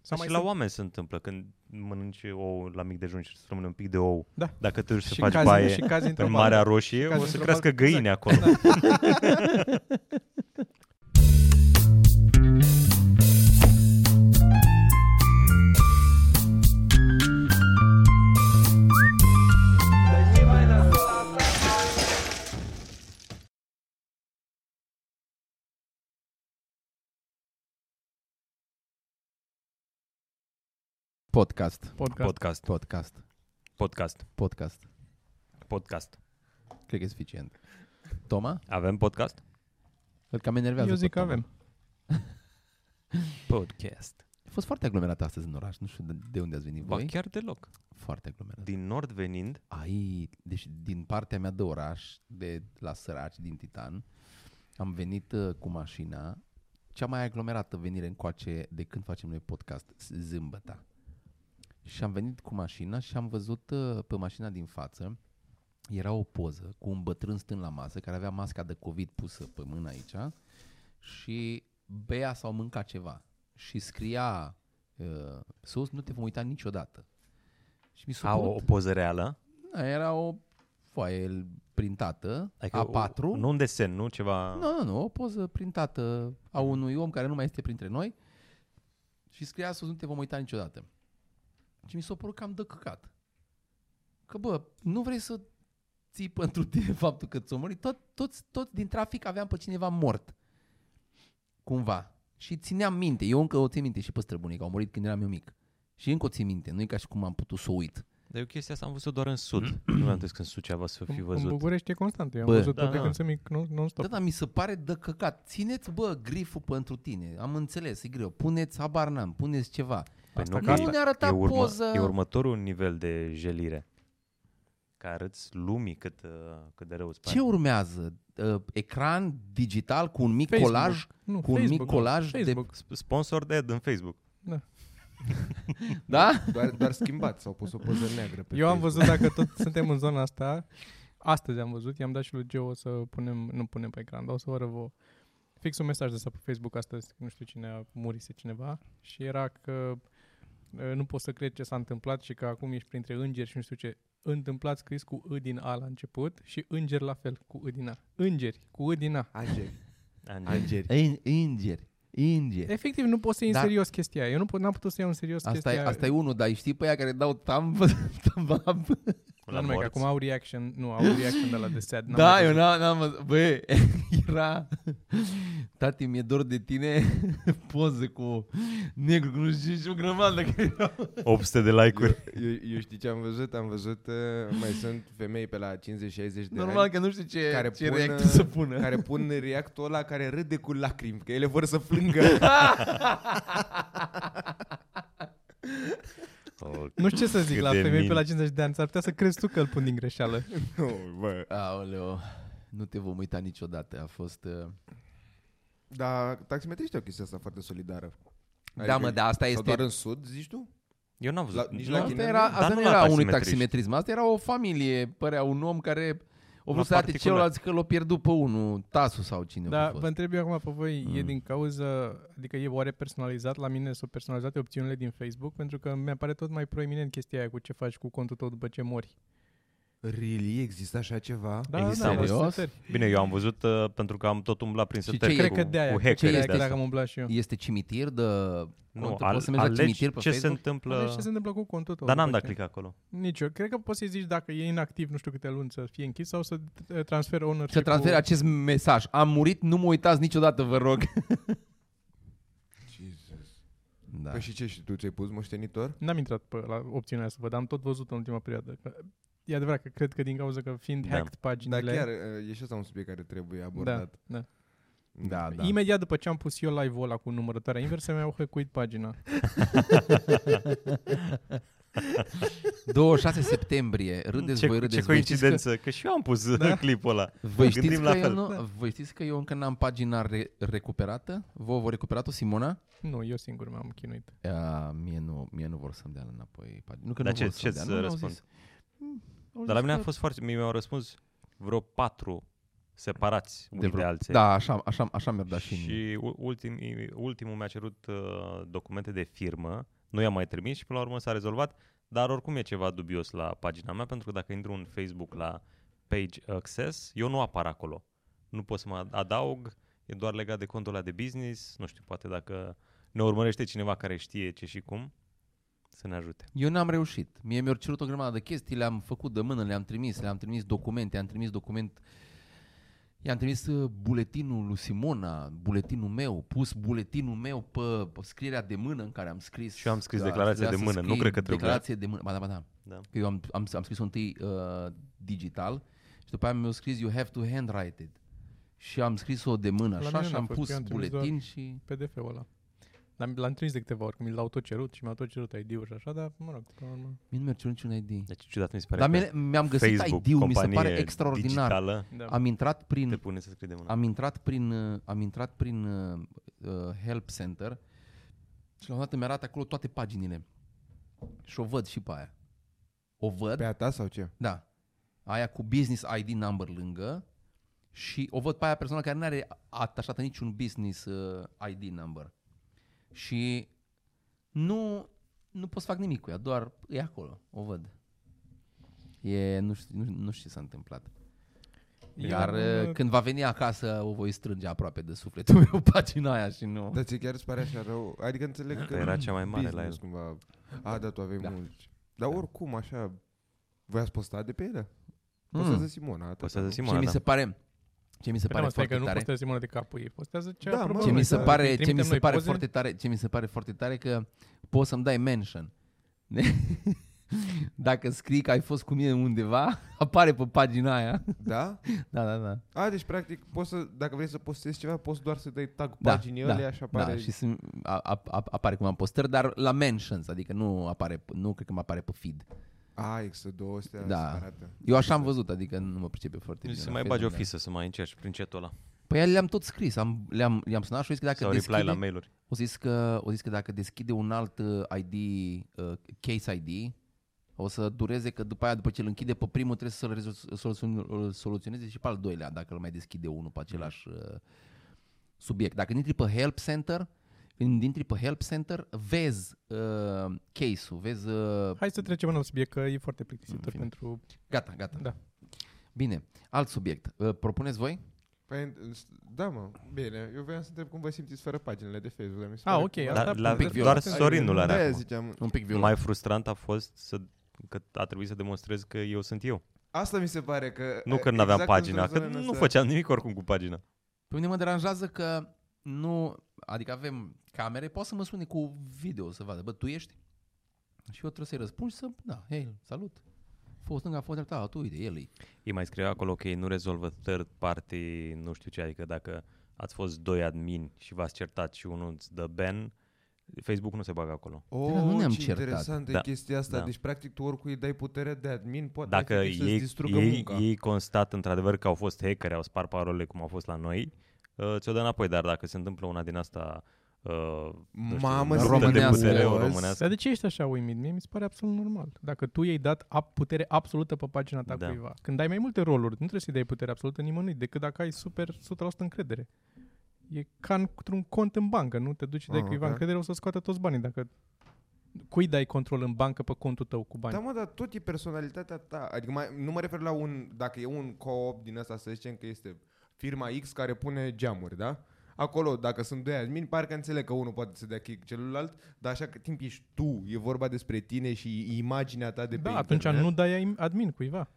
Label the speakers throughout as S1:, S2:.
S1: Sau
S2: și
S1: mai
S2: la oameni se întâmplă când mănânci ou la mic dejun și să rămâne un pic de ou.
S1: Da.
S2: Dacă te duci să
S1: Și
S2: faci
S1: cazi-
S2: baie
S1: și cazi într-o
S2: în Marea
S1: baltă.
S2: Roșie,
S1: Cazi
S2: o să
S1: într-o
S2: crească
S1: baltă,
S2: găini
S1: exact.
S2: acolo.
S3: Podcast.
S1: podcast.
S2: Podcast,
S3: Podcast.
S2: podcast,
S3: Podcast.
S2: podcast.
S3: Cred că e suficient. Toma?
S2: Avem podcast?
S3: Îl cam enervează.
S1: Eu zic că
S3: pe Toma.
S1: avem.
S2: Podcast.
S3: A fost foarte aglomerat astăzi în oraș. Nu știu de, de unde ați venit
S2: Ba
S3: voi.
S2: chiar deloc.
S3: Foarte aglomerat.
S2: Din nord venind,
S3: Ai, deci din partea mea de oraș, de la Săraci, din Titan, am venit uh, cu mașina, cea mai aglomerată venire încoace de când facem noi podcast, s- zâmbăta. Și am venit cu mașina și am văzut uh, pe mașina din față, era o poză cu un bătrân stând la masă, care avea masca de COVID pusă pe mână aici și bea sau mânca ceva. Și scria, uh, sus nu te vom uita niciodată. Și mi s-a
S2: a, o,
S3: părut-
S2: o poză reală.
S3: da, Era o foaie printată,
S2: Adică
S3: A4.
S2: O, nu un desen, nu ceva...
S3: Nu, nu, nu, o poză printată a unui om care nu mai este printre noi și scria sus, nu te vom uita niciodată. Și mi s-a părut cam de căcat. Că bă, nu vrei să ții pentru tine faptul că ți-o murit. Tot, toți, toți din trafic aveam pe cineva mort. Cumva. Și țineam minte. Eu încă o țin minte și pe străbunii, că au murit când eram eu mic. Și încă o țin minte. Nu e ca și cum am putut să o uit.
S2: Dar eu chestia asta am văzut doar în sud.
S3: Mm.
S2: nu mi-am dus când Suceava să fi
S1: În-
S2: văzut.
S1: În București e constant. Eu am
S3: Bă,
S1: văzut-o
S2: da,
S1: de
S2: da.
S1: când sunt mic, nu- non-stop.
S3: Da, dar mi se pare de căcat. Țineți, bă, griful pentru tine. Am înțeles, e greu. Puneți, habar n-am, puneți ceva.
S2: Păi
S1: Asta
S2: nu,
S1: că
S2: că
S1: asta
S3: ne
S2: e,
S3: arăta
S2: urmă,
S3: poză.
S2: e următorul nivel de jelire. Că arăți lumii cât, uh, cât de rău îți pare.
S3: Ce urmează? Uh, ecran digital cu un mic
S1: Facebook.
S3: colaj?
S1: Nu,
S3: Cu un mic
S1: Facebook, nu.
S3: colaj de-
S1: Facebook.
S2: Sp- Sponsor de ad în Facebook.
S3: Da?
S4: Doar, doar schimbat, s-au pus o poză neagră pe
S1: Eu am
S4: Facebook.
S1: văzut, dacă tot suntem în zona asta, astăzi am văzut, i-am dat și lui Geo să punem, nu punem pe ecran, dar o să vă răvă. Fix un mesaj de ăsta pe Facebook astăzi, nu știu cine a murise cineva, și era că uh, nu pot să cred ce s-a întâmplat și că acum ești printre îngeri și nu știu ce. Întâmplat scris cu I din A la început și înger la fel, cu I din A. Îngeri, cu I din A.
S4: Angeri.
S2: Angel.
S4: Angeri.
S3: In- Îngeri. Îngeri.
S1: Efectiv, nu poți să iei în
S3: Dar-
S1: serios chestia aia. Eu nu pot, n-am putut să iau în serios
S3: Asta e,
S1: chestia
S3: asta e unul, dar știi pe aia care dau thumb, thumb up?
S1: La numai că acum au reaction, nu, au reaction de la The Sad. n-am mai
S3: Da, eu
S1: văzut.
S3: n-am, n-am văzut. Bă, era... Tati, mi-e dor de tine. Poză cu negru, cu nu știu ce, și o grămadă. care erau.
S2: 800 de like-uri.
S4: Eu, eu știi ce am văzut? Am văzut, uh, mai sunt femei pe la 50-60 de
S3: Normal
S4: ani
S3: că nu știu ce,
S4: care
S3: ce
S4: pun,
S3: reacție
S4: uh,
S3: să pună.
S4: care pun reactul ăla care râde cu lacrimi, că ele vor să plângă.
S2: Oh,
S1: Nu știu ce să zic
S2: Cât
S1: la
S2: de
S1: femei pe la
S2: min.
S1: 50 de ani, s-ar putea să crezi tu că îl pun din greșeală.
S4: nu, bă.
S3: Aoleo, nu te vom uita niciodată. A fost... Uh...
S4: Dar taximetriștii Da, au chestia asta foarte solidară.
S3: Da, mă, dar asta
S4: Adică Sau doar
S3: este...
S4: în sud, zici tu?
S2: Eu n-am văzut.
S4: La- nici
S2: Nu,
S4: la
S3: Asta,
S4: Chinezi,
S3: era,
S2: dar
S3: asta
S2: nu
S3: nu
S2: la
S3: era unui
S2: taximetriști.
S3: taximetrism, asta era o familie, părea un om care o vrut să arate
S2: particular.
S3: celorlalți că l-a pierdut pe unul, tasul sau cine a
S4: Da,
S1: Dar
S3: fost.
S1: vă întreb eu acum pe voi, e
S3: Mm.
S1: din cauză, adică e oare personalizat la mine, sunt personalizate opțiunile din Facebook? Pentru că mi apare tot mai proeminent chestia aia cu ce faci cu contul tău după ce mori.
S4: Really? Există așa ceva?
S1: Da,
S2: Există,
S1: da,
S2: am
S1: sunt
S3: văzut.
S1: setări.
S2: Bine, eu am văzut uh, pentru că am tot umblat prin
S3: Și
S2: setări
S3: ce e?
S1: Cred
S2: cu,
S1: că de aia,
S2: cu
S1: cu ce
S2: hackerii
S1: e
S3: de
S1: dacă
S2: de
S1: am umblat
S4: da.
S1: și eu.
S3: Este cimitir de...
S2: Nu,
S3: cont?
S2: al-
S3: poți să mergi la
S2: alegi
S3: cimitir pe
S2: ce se
S3: Facebook?
S1: Deci
S2: întâmplă...
S1: ce se întâmplă cu contul tău?
S2: Dar n-am
S1: după
S2: dat
S1: ce-
S2: click acolo.
S1: Nici eu. Cred că poți să-i zici dacă e inactiv, nu știu câte luni, să fie închis sau să eh, transfer ownership
S3: Să transferi acest mesaj. Am murit, nu mă uitați niciodată, vă rog.
S4: Jesus.
S3: Da.
S4: Păi și ce, și tu ți-ai pus moștenitor?
S1: N-am intrat pe la opțiunea asta, văd, am tot văzut în ultima perioadă. Că- E adevărat că cred că din cauza că fiind
S2: Da.
S1: hacked
S4: Dar
S1: paginile...
S4: chiar uh, e și asta un subiect care trebuie
S1: da,
S4: abordat.
S1: da.
S3: Da, da.
S1: Da. Imediat după ce am pus eu live-ul ăla cu numărătoarea inversă, mi-au hăcuit pagina.
S3: 26 septembrie, râdeți
S2: ce,
S3: voi, râdeți
S2: ce
S3: voi. Știți că-
S2: coincidență, că... și eu am pus
S1: Da.
S2: da. clipul ăla.
S3: Voi
S2: Mă
S3: știți,
S2: gândim
S3: că
S2: la
S3: eu
S2: fel.
S3: nu, voi știți că eu încă n-am pagina re- recuperată? Vă v-a recuperat-o Simona?
S1: Nu, eu singur m-am chinuit.
S3: Uh, mie, nu, mie nu vor să-mi dea înapoi pagina. Nu că
S2: Dar
S3: nu
S2: ce-
S3: vor să-mi
S2: ce-ți
S3: dea, nu,
S2: răspund?
S3: au zis. Mm, au
S2: Dar la
S3: zis
S2: mine a
S3: că-
S2: fost foarte... Mi-au răspuns vreo patru separați unii de,
S3: vreo-
S2: alții.
S3: Da, așa, așa, așa mi-ar da și, și...
S2: și u- ultim, ultimul mi-a cerut uh, documente de firmă, Nu i-am mai trimis și până la urmă s-a rezolvat, dar oricum e ceva dubios la pagina mea, pentru că dacă intru în Facebook la Page Access, eu nu apar acolo. Nu pot să mă adaug, e doar legat de contul ăla de business, nu știu, poate dacă ne urmărește cineva care știe ce și cum, să ne ajute.
S3: Eu n-am reușit. Mie mi-au cerut o grămadă de chestii, le-am făcut de mână, le-am trimis, le-am trimis documente, am trimis document, i-am trimis uh, buletinul lui Simona, buletinul meu, pus buletinul meu pe pe scrierea de mână în care am scris.
S2: Și eu am scris
S3: că
S2: declarația
S3: ar
S2: de
S3: trebui să
S2: mână, nu
S3: scrii
S2: cred că trebuia.
S3: Declarație de mână, ba da, ba da.
S2: Da.
S3: Că eu am, am, am scris întâi uh, digital și după aia mi-au scris you have to handwrite it. Și am scris-o de mână,
S1: La
S3: așa,
S1: mine
S3: și
S1: n-a
S3: am
S1: fost, eu
S3: pus
S1: am trimis doar-
S3: buletin și...
S1: PDF-ul ăla. L-am, l-am trimis de câteva ori, că mi l-au tot cerut și mi-au tot cerut ID-ul și așa, dar mă rog, până la urmă.
S3: Mie nu mi-a cerut niciun ID.
S2: Deci ciudat mi se pare
S3: Dar
S2: că
S3: mie- mi-am găsit
S2: Facebook,
S3: ID-ul, mi se pare
S2: companie
S3: extraordinar.
S2: Digitală,
S1: Da.
S3: Am intrat prin
S2: te pune să scrii de mână.
S3: Am intrat prin, uh, am intrat prin uh, uh, help center și la un dată mi-arată acolo toate paginile. Și o văd și pe aia. O văd,
S4: Pe a ta sau ce?
S3: da. Aia cu business ID number lângă și o văd pe aia persoana care nu are atașată niciun business uh, ID number. Și nu, nu pot să fac nimic cu ea, doar e acolo, o văd. E, nu, știu, nu, nu știu ce s-a întâmplat.
S1: Eu
S3: Iar
S1: am,
S3: uh,
S1: uh,
S3: când va veni acasă o voi strânge aproape de sufletul meu pagina aia și nu.
S4: Dar ți chiar îți pare așa rău? Adică înțeleg că
S2: Păi era cea mai mare la
S4: business
S2: el.
S4: Cumva. A, da, tu aveai
S3: Da.
S4: da. mulți. Dar oricum, așa, voi ați postat de pe ele?
S3: Mm.
S4: Postează Simona. atât.
S2: Postează
S3: Ce
S2: Simona,
S3: mi
S2: da.
S3: se pare ce mi se
S1: Păi
S3: pare
S1: nu, stai
S3: foarte
S1: că nu
S3: tare.
S1: postează Simona de capul ei, postează ce
S4: Da,
S1: a
S4: mă,
S1: propus.
S3: Ce mi se
S4: Îi
S3: pare, ce mi
S1: trimitem
S3: se
S1: noi
S3: pare
S1: poze?
S3: foarte tare, ce mi se pare foarte tare că poți să-mi dai mention. Dacă scrii că ai fost cu mine undeva, apare pe pagina aia.
S4: Da?
S3: Da, da, da.
S4: A, deci practic, poți să, dacă vrei să postezi ceva, poți doar să dai tag
S3: Da,
S4: paginii
S3: da,
S4: alea și apare...
S3: Da, și sunt, a, a, a- apare cumva în postări, dar la mentions, adică nu apare, nu cred că mă apare pe feed.
S4: A, există două astea,
S3: Da.
S4: se arată.
S3: Eu așa am văzut, adică nu mă pricepe foarte
S2: Deci
S3: bine.
S2: să
S3: la
S2: mai
S3: Facebook,
S2: bagi o
S3: da.
S2: fisă, să mai încerci prin chatul ăla.
S3: Păi ele le-am tot scris, am, le-am, le-am sunat și o zis că dacă
S2: Sau
S3: deschide,
S2: reply la mail-uri.
S3: o, zis că, o zis că dacă deschide un alt uh, ID, uh, case ID, o să dureze că după aia, după ce îl închide pe primul, trebuie să-l rezol- soluțion- îl soluționeze și pe al doilea, dacă îl mai deschide unul pe același uh, subiect. Dacă intri pe Help Center, când intri pe Help Center, vezi uh, case-ul, vezi... Uh,
S1: Hai să trecem la un subiect, că e foarte plictisitor
S3: În fine.
S1: pentru...
S3: gata, gata.
S1: Da.
S3: Bine, alt subiect. Uh, propuneți voi?
S4: Păi, da, mă, bine, eu voiam să întreb cum vă simțiți fără paginile de Facebook. Dar mi se
S1: Ah,
S4: pare
S1: ok,
S4: cumva-
S1: asta
S2: Dar la,
S1: un pic
S2: doar
S1: violent.
S2: Sorin nu l-are
S4: De-aia
S2: acum.
S4: ziceam,
S3: Un pic violent.
S2: Mai frustrant a fost să, că a trebuit să demonstrez că eu sunt eu.
S4: asta mi se pare că...
S2: Nu că
S4: exact
S2: nu aveam pagina,
S4: într-o
S2: că
S4: zonă în
S2: nu
S4: asta-
S2: făceam nimic oricum cu pagina.
S3: Pe mine mă deranjează că nu, adică avem camere, poate să mă sune cu video să vadă, bă, tu ești? Și eu trebuie să-i răspund și să, da, hei, salut. Fost stânga, fost dreapta, a, tu uite, el e.
S2: Ei mai scriu acolo că ei nu rezolvă third party, nu știu ce, adică dacă ați fost doi admini și v-ați certat și unul îți dă ban, Facebook nu se bagă acolo.
S4: O,
S3: Da, nu ne-am
S4: Oh, ce
S3: certat.
S4: interesantă
S2: Da,
S4: e chestia asta.
S2: da.
S4: Deci, practic, tu oricui îi dai putere de admin, poate
S2: Dacă
S4: Da, efectiv să-ți
S2: ei,
S4: distrugă
S2: ei,
S4: munca.
S2: ei constat într-adevăr că au fost hackeri, au spart parole cum au fost la noi, uh, ți-o dă înapoi, dar dacă se întâmplă una din asta uh, nu știu,
S4: Mamă,
S2: dă de
S3: românească.
S2: putere, o
S4: Azi.
S2: românească,
S1: Dar de ce ești așa uimit? Mie mi se pare absolut normal. Dacă tu i-ai dat ap- putere absolută pe pagina ta
S2: Da.
S1: cuiva, când ai mai multe roluri, nu trebuie să-i dai putere absolută nimănui, decât dacă ai super 100% încredere. E ca într-un cont în bancă, nu te duci și dai
S4: Ah,
S1: cuiva
S4: ok.
S1: încredere, o să scoată toți banii. Dacă cui dai control în bancă pe contul tău cu bani?
S4: Da, mă, dar tot e personalitatea ta. Adică mai, nu mă refer la un... Dacă e un co-op din ăsta, să zicem că este firma X care pune geamuri, da? Acolo, dacă sunt doi admin, parcă înțeleg că unul poate să dea kick celălalt, dar așa că timp ești tu, e vorba despre tine și imaginea ta de pe
S1: da atunci
S4: internet.
S1: nu dai admin cuiva.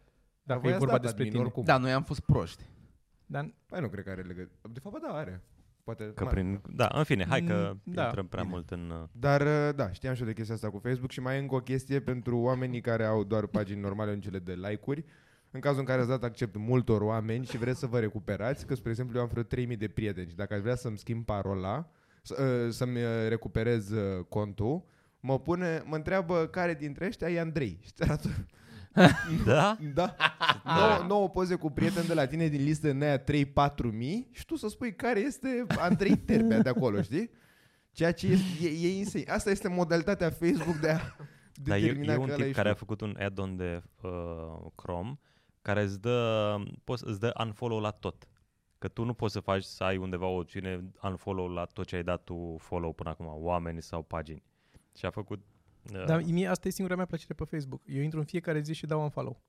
S1: Dacă
S4: voi
S1: e
S4: ați
S1: vorba
S4: dat
S1: despre
S4: admin
S1: tine.
S4: oricum.
S3: Da, noi am fost proști.
S1: Dar
S4: Păi nu cred că are legătură. De fapt, bă, da, are. Poate
S2: că
S4: mare.
S2: prin, da, în fine, hai că
S1: Mm, da.
S2: intrăm prea mult în... uh,
S4: Dar uh, da, știam și eu de chestia asta cu Facebook și mai e încă o chestie pentru oamenii care au doar pagini normale în cele de like-uri. În cazul în care ați dat accept multor oameni și vreți să vă recuperați, că, spre exemplu, eu am vreo 3000 de prieteni și dacă aș vrea să-mi schimb parola, să- uh, să-mi uh, recuperez uh, contul, mă pune, mă întreabă care dintre ăștia e Andrei. Și ți arată
S2: Da?
S4: da. Nouă, nouă poze cu prieteni de la tine din listă în aia 3-4 mii și tu să spui care este Andrei Terbea de acolo, știi? Ceea ce e, e, e insane. Asta este modalitatea Facebook de a
S2: Dar e,
S4: determina
S2: e
S4: că
S2: un
S4: ăla
S2: tip
S4: ești
S2: care a
S4: tu.
S2: făcut un add-on de uh, Chrome care îți dă, poți, îți dă unfollow la tot. Că tu nu poți să faci să ai undeva o opțiune unfollow la tot ce ai dat tu follow până acum, oameni sau pagini. Și a făcut... Uh,
S1: Dar mie asta e singura mea plăcere pe Facebook. Eu intru în fiecare zi și dau un follow.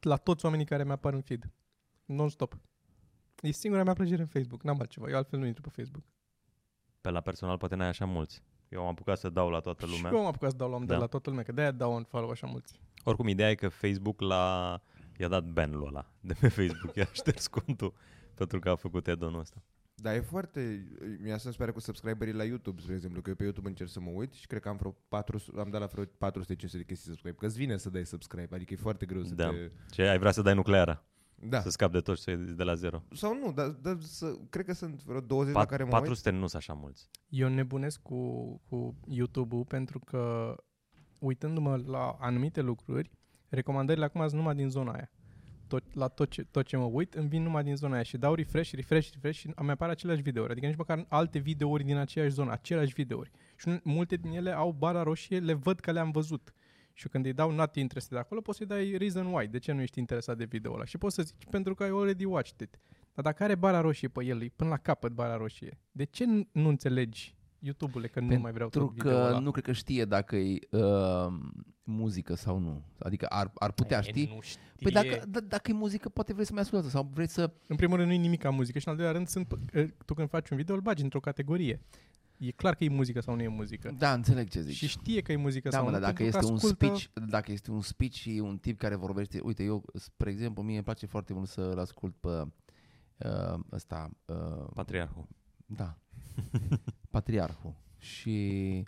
S1: La toți oamenii care mi-apar în feed. Non-stop. E singura mea plăcere în Facebook. N-am altceva. Eu altfel nu intru pe Facebook.
S2: Pe la personal poate n-ai așa mulți. Eu am apucat să dau la toată
S1: Și
S2: lumea.
S1: eu am apucat să dau la da.
S2: Da.
S1: la toată lumea, că de-aia dau un follow așa mulți.
S2: Oricum, ideea e că Facebook l-a... i-a dat banul ăla de pe Facebook. I-a șters contul pentru că a făcut edonul ăsta.
S4: Dar e foarte... Mi asta îmi pare cu subscriberii la YouTube, spre exemplu, că eu pe YouTube încerc să mă uit și cred că am vreo 400, am dat la vreo 400-500 de chestii subscribe, că îți vine să dai subscribe, adică e foarte greu să
S2: Da.
S4: te...
S2: Ce, ai vrea să dai nucleara,
S4: Da.
S2: să scapi de tot și să iei de la zero.
S4: Sau nu, dar, dar să, cred că sunt vreo 20 la
S2: Pat-
S4: care mă
S2: 400 nu sunt așa mulți.
S1: Eu nebunesc cu, cu YouTube-ul pentru că uitându-mă la anumite lucruri, recomandările acum sunt numai din zona aia. Tot, la tot ce, tot ce mă uit, îmi vin numai din zona aia și dau refresh, refresh, refresh și îmi apar aceleași videouri. Adică nici măcar alte videouri din aceeași zonă, aceleași videouri. Și nu- multe din ele au bara roșie, le văd că le-am văzut. Și când îi dau not interested acolo, poți să-i dai reason why, de ce nu ești interesat de video ăla. Și poți să zici, pentru că ai already watched it. Dar dacă are bara roșie pe el, e până la capăt bara roșie, de ce nu- nu înțelegi YouTube-ule că nu mai vreau
S3: Pentru
S1: tot video
S3: că
S1: ăla?
S3: nu cred că știe dacă e uh, muzică sau nu. Adică ar, ar putea ști.
S1: Nu
S3: Păi dacă, d- dacă e muzică, poate vrei să mai ascultă sau vrei să...
S1: În primul rând nu e nimic ca muzică și în al doilea rând sunt, eh, tu când faci un video îl bagi într-o categorie. E clar că e muzică sau nu e muzică.
S3: Da, înțeleg ce zici.
S1: Și știe că e muzică
S3: da,
S1: sau
S3: mă,
S1: nu,
S3: dar dacă
S1: pentru
S3: este
S1: că
S3: un
S1: ascultă...
S3: speech, dacă este un speech și un tip care vorbește, uite, eu, spre exemplu, mie îmi place foarte mult să-l ascult pe uh, ăsta, uh,
S4: Mm.
S2: Patriarhul.
S3: da, patriarhul. Și,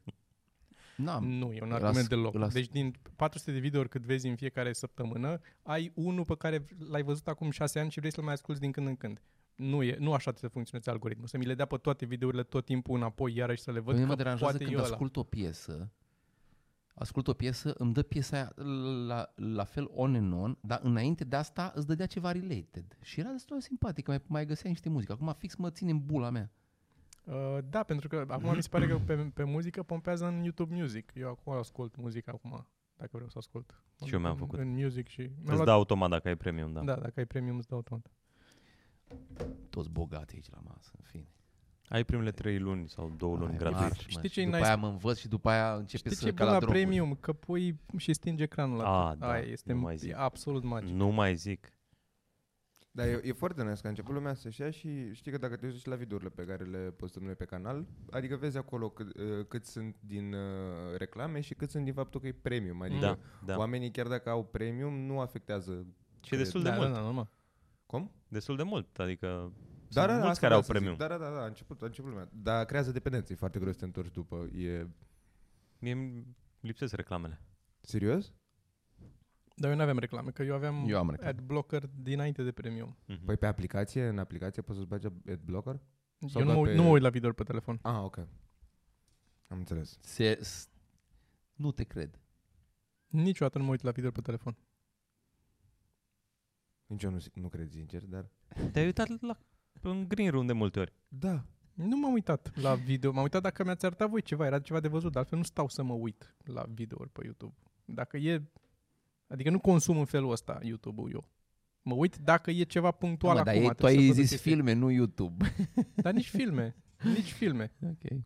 S3: na,
S1: Nu, e un
S3: Îl
S1: argument
S3: asc-
S1: deloc.
S3: îl asc-
S1: Deci din 400 de videouri cât vezi în fiecare săptămână, ai unul pe care l-ai văzut acum 6 ani și vrei să-l mai asculti din când în când. Nu, e, nu așa trebuie să funcționeze algoritmul. Să mi le dea pe toate videourile tot timpul înapoi, iarăși să le
S3: Pe
S1: văd
S3: mine
S1: că
S3: Păi mă deranjează
S1: poate
S3: când
S1: e ăla.
S3: ascult o piesă, ascult o piesă, îmi dă piesa aia la, la fel on and on, dar înainte de asta îți dădea ceva related. Și era destul de simpatic, mai, mai găseai niște muzică. Acum fix mă ține în bula mea.
S1: Uh, da, pentru că acum mi se pare că pe, pe muzică pompează în YouTube Music. Eu acum ascult muzică acum, dacă vreau să ascult. Mă
S2: Și
S1: duc
S2: eu mi-am
S1: în-
S2: făcut.
S1: În music și... mi-am
S2: Îți dau automat dacă ai premium, da.
S1: da. dacă ai premium îți dau automat.
S3: Toți bogați aici la masă, în fine.
S2: Ai primele 3 luni sau 2 luni
S3: Ai,
S2: gratuit.
S3: marș, mă,
S1: Știi
S3: și
S1: ce e
S3: după
S1: nice?
S3: aia mă învăț și după aia începe
S1: Știi ce
S3: să
S1: e
S3: ca
S1: bun
S3: la,
S1: la
S3: droguri.
S1: premium? Că pui și stinge ecranul la
S2: A,
S1: tot.
S2: da,
S1: Aia este
S2: nu mai zic.
S1: e absolut magic.
S2: Nu mai zic.
S4: Dar e, e foarte nice că a început lumea să-și ia și știi că dacă te uiți și la videourile pe care le postăm noi pe canal, adică vezi acolo cât, uh, cât sunt din uh, reclame și cât sunt din faptul că e premium. Adică
S2: Da,
S4: da.
S2: da.
S4: oamenii chiar dacă au premium nu afectează.
S2: Și e destul de
S1: Da, da,
S2: mult.
S1: da, normal.
S4: Cum?
S2: Destul de mult, adică
S4: Da,
S2: sunt
S4: da, da,
S2: mulți
S4: asta
S2: care au
S4: vreau să zic.
S2: premium.
S4: Da, da, da, da, a început, a început lumea. Dar creează dependență, e foarte greu să te întorci după. E
S2: Mie îmi lipsesc reclamele.
S4: serios?
S2: Mm.
S1: Dar eu nu aveam reclame, că eu aveam
S3: Eu am reclame.
S1: ad blocker dinainte de premium.
S2: Mhm.
S4: Păi pe aplicație, în aplicație poți să-ți bagi adblocker? Sau
S1: eu nu
S4: doar
S1: mă,
S4: pe-
S1: nu mă uit la video pe telefon.
S4: Ah, ok. Am înțeles.
S3: Se, s- nu te cred.
S1: Niciodată nu mă uit la video pe telefon.
S4: Nici eu nu, nu cred sincer, dar...
S2: Te-ai uitat la, în green room de multe ori.
S4: Da.
S1: Nu m-am uitat la video, m-am uitat dacă mi-ați arătat voi ceva, era ceva de văzut, dar altfel nu stau să mă uit la videouri pe YouTube. Dacă e, adică nu consum în felul ăsta YouTube-ul eu. Mă uit dacă e ceva punctual
S3: Mă, dar
S1: acum.
S3: ei, tu
S1: trebuie să
S3: ai
S1: văd o
S3: zis
S1: chestie.
S3: filme, nu YouTube.
S1: Dar nici filme, nici filme.
S3: ok.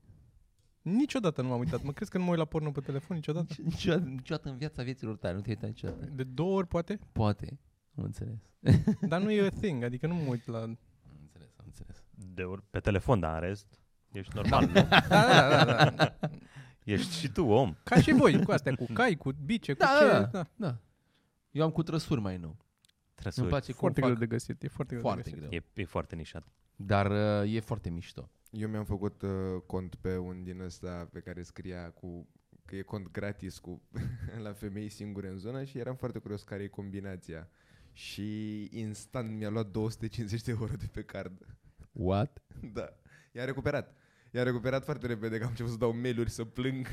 S1: Niciodată nu m-am uitat. Mă crezi că nu mă uit la porno pe telefon niciodată?
S3: Nici- Niciodată, niciodată în viața vieților tale, nu te-ai uitat niciodată.
S1: De două ori poate,
S3: Poate, am înțeles.
S1: dar nu e a thing, adică nu mă uit la...
S3: Am înțeles, am înțeles.
S2: De ori, pe telefon, dar în rest, ești normal. nu?
S1: Da, da, da, da, da.
S2: ești și tu om.
S1: Ca și voi, cu astea, cu cai, cu bice, cu
S3: Da,
S1: ce...
S3: da,
S1: da.
S3: Da. Eu am cu trăsuri mai nou.
S2: Trebuie
S3: Îmi
S2: să
S3: place
S1: Foarte
S3: cum
S1: greu
S3: fac.
S1: de găsit, e foarte greu de
S3: Foarte
S1: găsit.
S3: greu.
S2: e, e foarte nișat.
S3: Dar uh, e foarte mișto.
S4: Eu mi-am făcut uh, cont pe un din ăsta pe care scria cu că e cont gratis cu la femei singure în zonă și eram foarte curios care e combinația. Și instant mi-a luat 250 de euro de pe card.
S3: What?
S4: Da. I-a recuperat. I-a recuperat foarte repede că am început să dau mail-uri să plâng.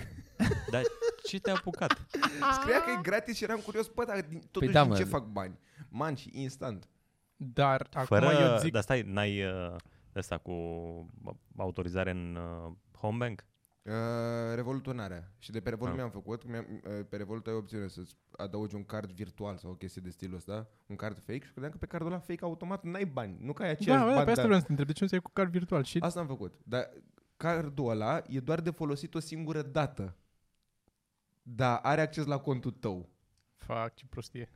S2: Dar ce te-a apucat?
S4: Scria că e gratis și eram curios, bă, dar din, totuși
S3: da,
S4: din
S3: mă.
S4: ce fac bani? Man și instant.
S1: Dar acum
S2: Fără,
S1: eu zic...
S2: Dar stai, n-ai uh, ăsta cu uh, autorizare în uh, home bank?
S4: Uh, Revolutonarea. Și de pe Revolut
S2: Ah.
S4: mi-am făcut, mi-am, uh, pe Revolut ai opțiune să-ți adaugi un card virtual sau o chestie de stilul ăsta, un card fake și credeam că pe cardul ăla fake automat n-ai bani, nu că ai aceiași
S1: Da, bă, da,
S4: bani.
S1: pe asta
S4: dar-
S1: vreau să te întreb. De ce nu ți-ai cu card virtual? Și
S4: Asta am făcut. Dar cardul ăla e doar de folosit o singură dată. da, are acces la contul tău.
S1: Fac, ce prostie.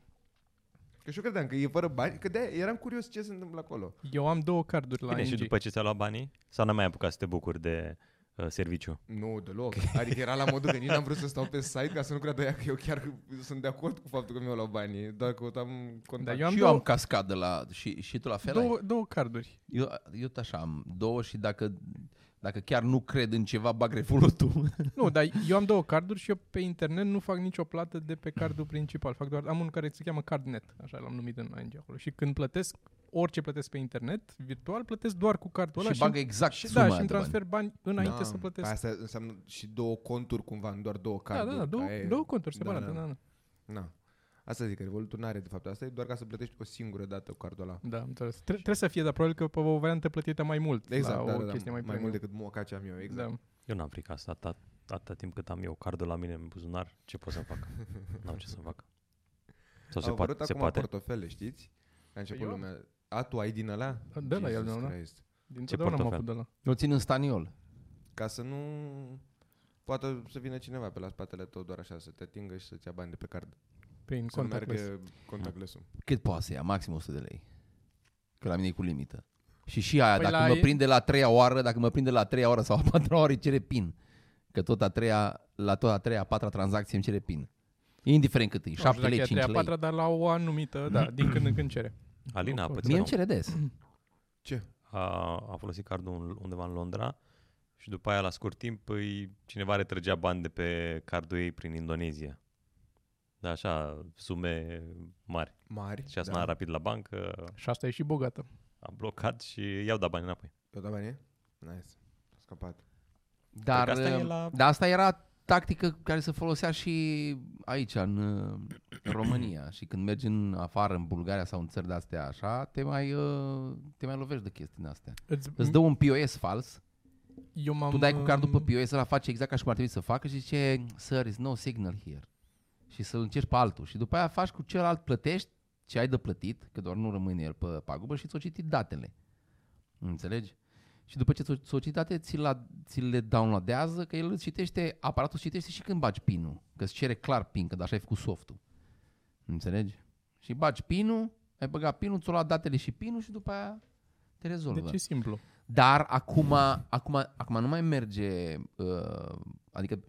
S4: Că și eu credeam că e fără bani, că de eram curios ce se întâmplă acolo.
S1: Eu am două carduri la
S2: Bine, și
S1: ING.
S2: după ce ți-a luat banii? Sau n-ai mai apucat să te bucuri de uh, serviciu?
S4: Nu, deloc. Adică era la modul că nici n-am vrut să stau pe site ca să nu creadă ea că eu chiar sunt de acord cu faptul că mi-au luat banii, dar căutam contact.
S1: Dar
S4: Da,
S1: eu am
S3: și eu
S1: două,
S3: am cascadă la... Și, și tu la fel ai?
S1: două, două carduri.
S3: Eu, eu tot așa am două și dacă, dacă chiar nu cred în ceva, bag revolutul.
S1: Nu, dar eu am două carduri și eu pe internet nu fac nicio plată de pe cardul principal. Fac doar, am unul care se cheamă CardNet, așa l-am numit în ING acolo. Și când plătesc, orice plătesc pe internet, virtual, plătesc doar cu cardul ăla
S3: și bagă exact
S1: și,
S3: suma
S1: da, și
S3: aia
S1: îmi
S3: de bani.
S1: transfer bani, înainte să
S4: pe
S1: plătesc.
S4: Da, Asta înseamnă și două conturi cumva, nu doar două
S1: Da,
S4: carduri.
S1: da, da, două,
S4: Aia e-
S1: două conturi
S4: da,
S1: separate. Da, da,
S4: da.
S1: da.
S4: Na. Asta zic, că Revolutul n-are de fapt asta, e doar ca să plătești o singură dată cu cardul ăla.
S1: da am înțeles. Tre- trebuie să fie, dar probabil că pe o variantă plătită mai mult.
S4: Exact,
S1: la
S4: da,
S1: o
S4: da, da,
S1: chestie
S4: mai,
S1: mai,
S4: mai
S1: premium.
S4: mult decât moca ce am eu, exact.
S1: Da.
S2: Eu n-am frica asta atâta, atâta timp cât am eu cardul la mine în buzunar. Ce pot să fac? N-am ce să fac. Sau
S4: Au
S2: se
S4: apărut
S2: poate, se
S4: acum
S2: poate.
S4: portofele, știți? A început
S1: Păi Eu am.
S4: lumea. A, tu ai din ăla?
S1: Da, da, el
S4: Jesus
S1: meu, da.
S4: Christ.
S1: Din
S2: Ce
S1: ce am
S2: portofel?
S1: avut de la.
S3: Eu țin în staniol.
S4: Ca să nu... Poate să vină cineva pe la spatele tău doar așa, să te atingă și să-ți ia bani de pe card.
S1: Prin
S4: Să nu
S1: contact list.
S4: meargă contactless
S3: Cât poate să ia? Maxim 100 de lei. Că la mine e cu limită. Și și aia,
S1: Păi
S3: păi
S1: la
S3: dacă mă
S1: ei-
S3: prinde la treia oară, dacă mă prinde la treia oară sau a patra oară, îi cere PIN. Că tot a treia, la tot a treia, a patra tranzacție îmi cere PIN. Indiferent cât e,
S1: Nu știu
S3: 7
S1: dacă e
S3: lei,
S1: a
S3: 5
S1: treia,
S3: lei.
S1: patra, dar la o anumită, da, din când în când cere.
S2: Alina
S1: Of course.
S3: Mie
S2: Pățăru
S3: îmi cere des.
S4: Ce?
S2: a, a folosit cardul în- undeva în Londra și după aia, la scurt timp, îi, cineva retrăgea bani de pe cardul ei prin Indonezia. Da, așa, sume mari. da.
S4: Mari.
S1: Da.
S2: Și a sunat rapid la bancă,
S1: Și asta e și bogată.
S2: a blocat și i-au dat bani înapoi.
S4: Tot da banii? Nice. A scapat.
S3: Dar,
S2: Cred că asta
S1: Ehm, um,
S3: asta
S2: e la-
S3: dar asta era tactică care se folosea și aici, în, uh, în România. Și când mergi în afară, în Bulgaria sau în țări de-astea așa, te mai, uh, te mai lovești de chestii din astea.
S1: Îți,
S3: Îți dă un POS fals,
S1: eu m-am,
S3: tu dai cu cardul pe
S1: um,
S3: POS, ăla face exact ca și cum ar trebui să facă și zice, sir, is no signal here. Și să-l încerci pe altul. Și după aia faci cu celălalt, plătești ce ai de plătit, că doar nu rămâne el pe pagubă și ți-o citit datele. Înțelegi? Și după ce ți-o- ți-o citit datele, ți, la, ți le downloadează, că el îți citește, aparatul îți citește și când bagi pinul. Că îți cere clar pin, că de așa ai făcut softul. Înțelegi? Și bagi pinul, ai băgat pinul, ți-o luat datele și pinul și după aia te rezolvă.
S1: Deci e simplu.
S3: Dar acum, acum, acum nu mai merge, uh, adică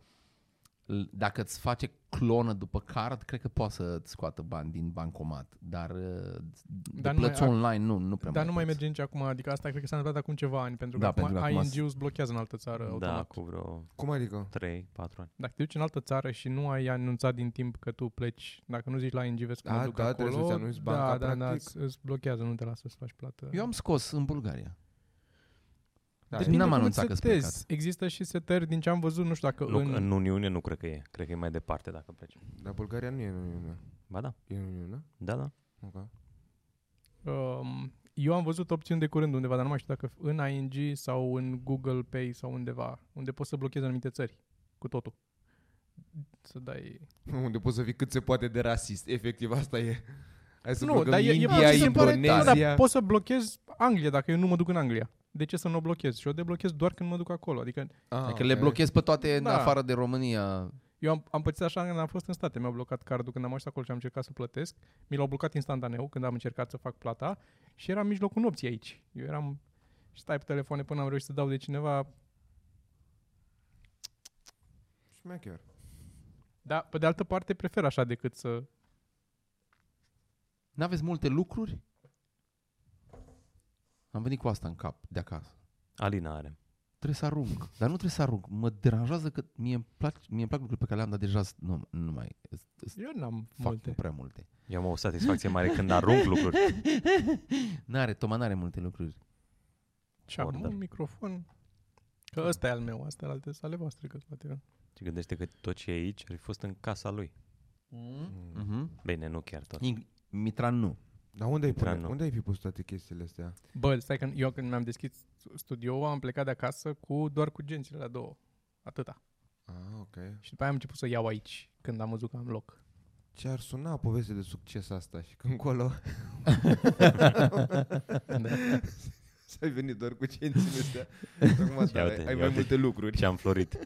S3: l- dacă îți face clonă după card, cred că poate să-ți scoată bani din bancomat, dar uh, de
S1: Dar nu
S3: plăți
S1: mai-
S3: online nu, nu prea
S1: Dar nu mai
S3: poți.
S1: merge nici acum, adică asta cred că s-a întâmplat acum ceva ani, pentru că
S3: Da,
S1: acum
S3: pentru că acum
S1: ING-ul îți blochează în altă țară
S2: Da,
S1: automat.
S2: cu vreo
S4: Cum adică?
S2: 3-4 ani.
S1: Dacă te duci în altă țară și nu ai anunțat din timp că tu pleci, dacă nu zici la ING, vezi că
S4: A,
S1: mă duc
S4: da,
S1: acolo,
S4: trebuie să-ți anunți banca,
S1: da, da, da,
S4: practic.
S1: îți, îți blochează, nu te lasă să faci plată.
S3: Eu am scos în Bulgaria.
S4: Da,
S3: Deci
S4: e-
S1: Depinde
S3: n-am
S1: cum
S3: anunțat
S1: îți
S3: că-s
S1: setezi.
S3: plecat.
S1: Există și setări, din ce am văzut, nu știu dacă
S2: Nu,
S1: în...
S2: în Uniune nu cred că e. Cred că e mai departe dacă pleci.
S4: Dar Bulgaria nu e în Uniune.
S2: Ba da,
S4: E în Uniune?
S2: da, da.
S4: Ok.
S1: Um, eu am văzut opțiuni de curând undeva, dar nu mai știu dacă în ING sau în Google Pay sau undeva, unde poți să blochezi anumite țări cu totul. Să dai...
S4: Unde poți să fii cât se poate de rasist. Efectiv, asta e. Hai să
S1: Nu,
S4: nu,
S1: dar e- e
S4: India,
S1: pur și simplu- da,
S4: Indonezia.
S1: Nu, dar poți să blochezi Anglia dacă eu nu mă duc în Anglia. De ce să nu o blochez? Și eu deblochez doar când mă duc acolo. Adică
S4: Ah,
S3: Adică
S4: ok.
S3: le blochez pe toate în
S1: Da.
S3: afară de România.
S1: eu am, am pățit așa când am fost în state. Mi-au blocat cardul când am ajuns acolo și am încercat să plătesc. Mi l-au blocat instantaneu când am încercat să fac plata și eram în mijlocul nopții aici. Eu eram... și Stai pe telefoane până am reușit să dau de cineva
S4: Șmecher.
S1: Dar, Da, pe de altă parte, prefer așa decât să...
S3: N-aveți multe lucruri? Am venit cu asta în cap, de acasă.
S2: Alina are.
S3: Trebuie să arunc, dar nu trebuie să arunc. Mă deranjează că mie îmi plac, mie îmi plac lucruri pe care le-am, dar deja s- nu, nu mai îs- îs-
S1: Eu n-am
S3: fac
S1: multe.
S3: prea multe.
S2: Eu am o satisfacție mare când arunc lucruri.
S3: N-are, Toma n-are multe lucruri.
S1: Și am
S2: order.
S1: un microfon. Că ăsta e al meu, astea alte sunt ale voastre, că poate...
S2: Și gândește că tot ce e aici ar fi fost în casa lui.
S4: Mm.
S2: Mm.
S3: Mm-hmm.
S2: Bine, nu chiar tot.
S3: Mitran nu.
S4: Dar unde ai,
S2: Intra
S4: pune,
S2: nu.
S4: unde ai fi pus toate chestiile astea?
S1: Bă, stai că eu când mi-am deschis studioul, am plecat de acasă cu doar cu gențile la două. Atâta.
S4: Ah, ok.
S1: Și după aia am început să iau aici, când am văzut că am loc.
S4: Ce ar suna poveste de succes asta și când colo
S2: Da.
S4: s-ai venit doar cu ce înțelestea. Acum
S2: Ia
S4: da, ai,
S2: uite, ia
S4: ai mai
S2: uite.
S4: multe lucruri.
S2: Ce am florit.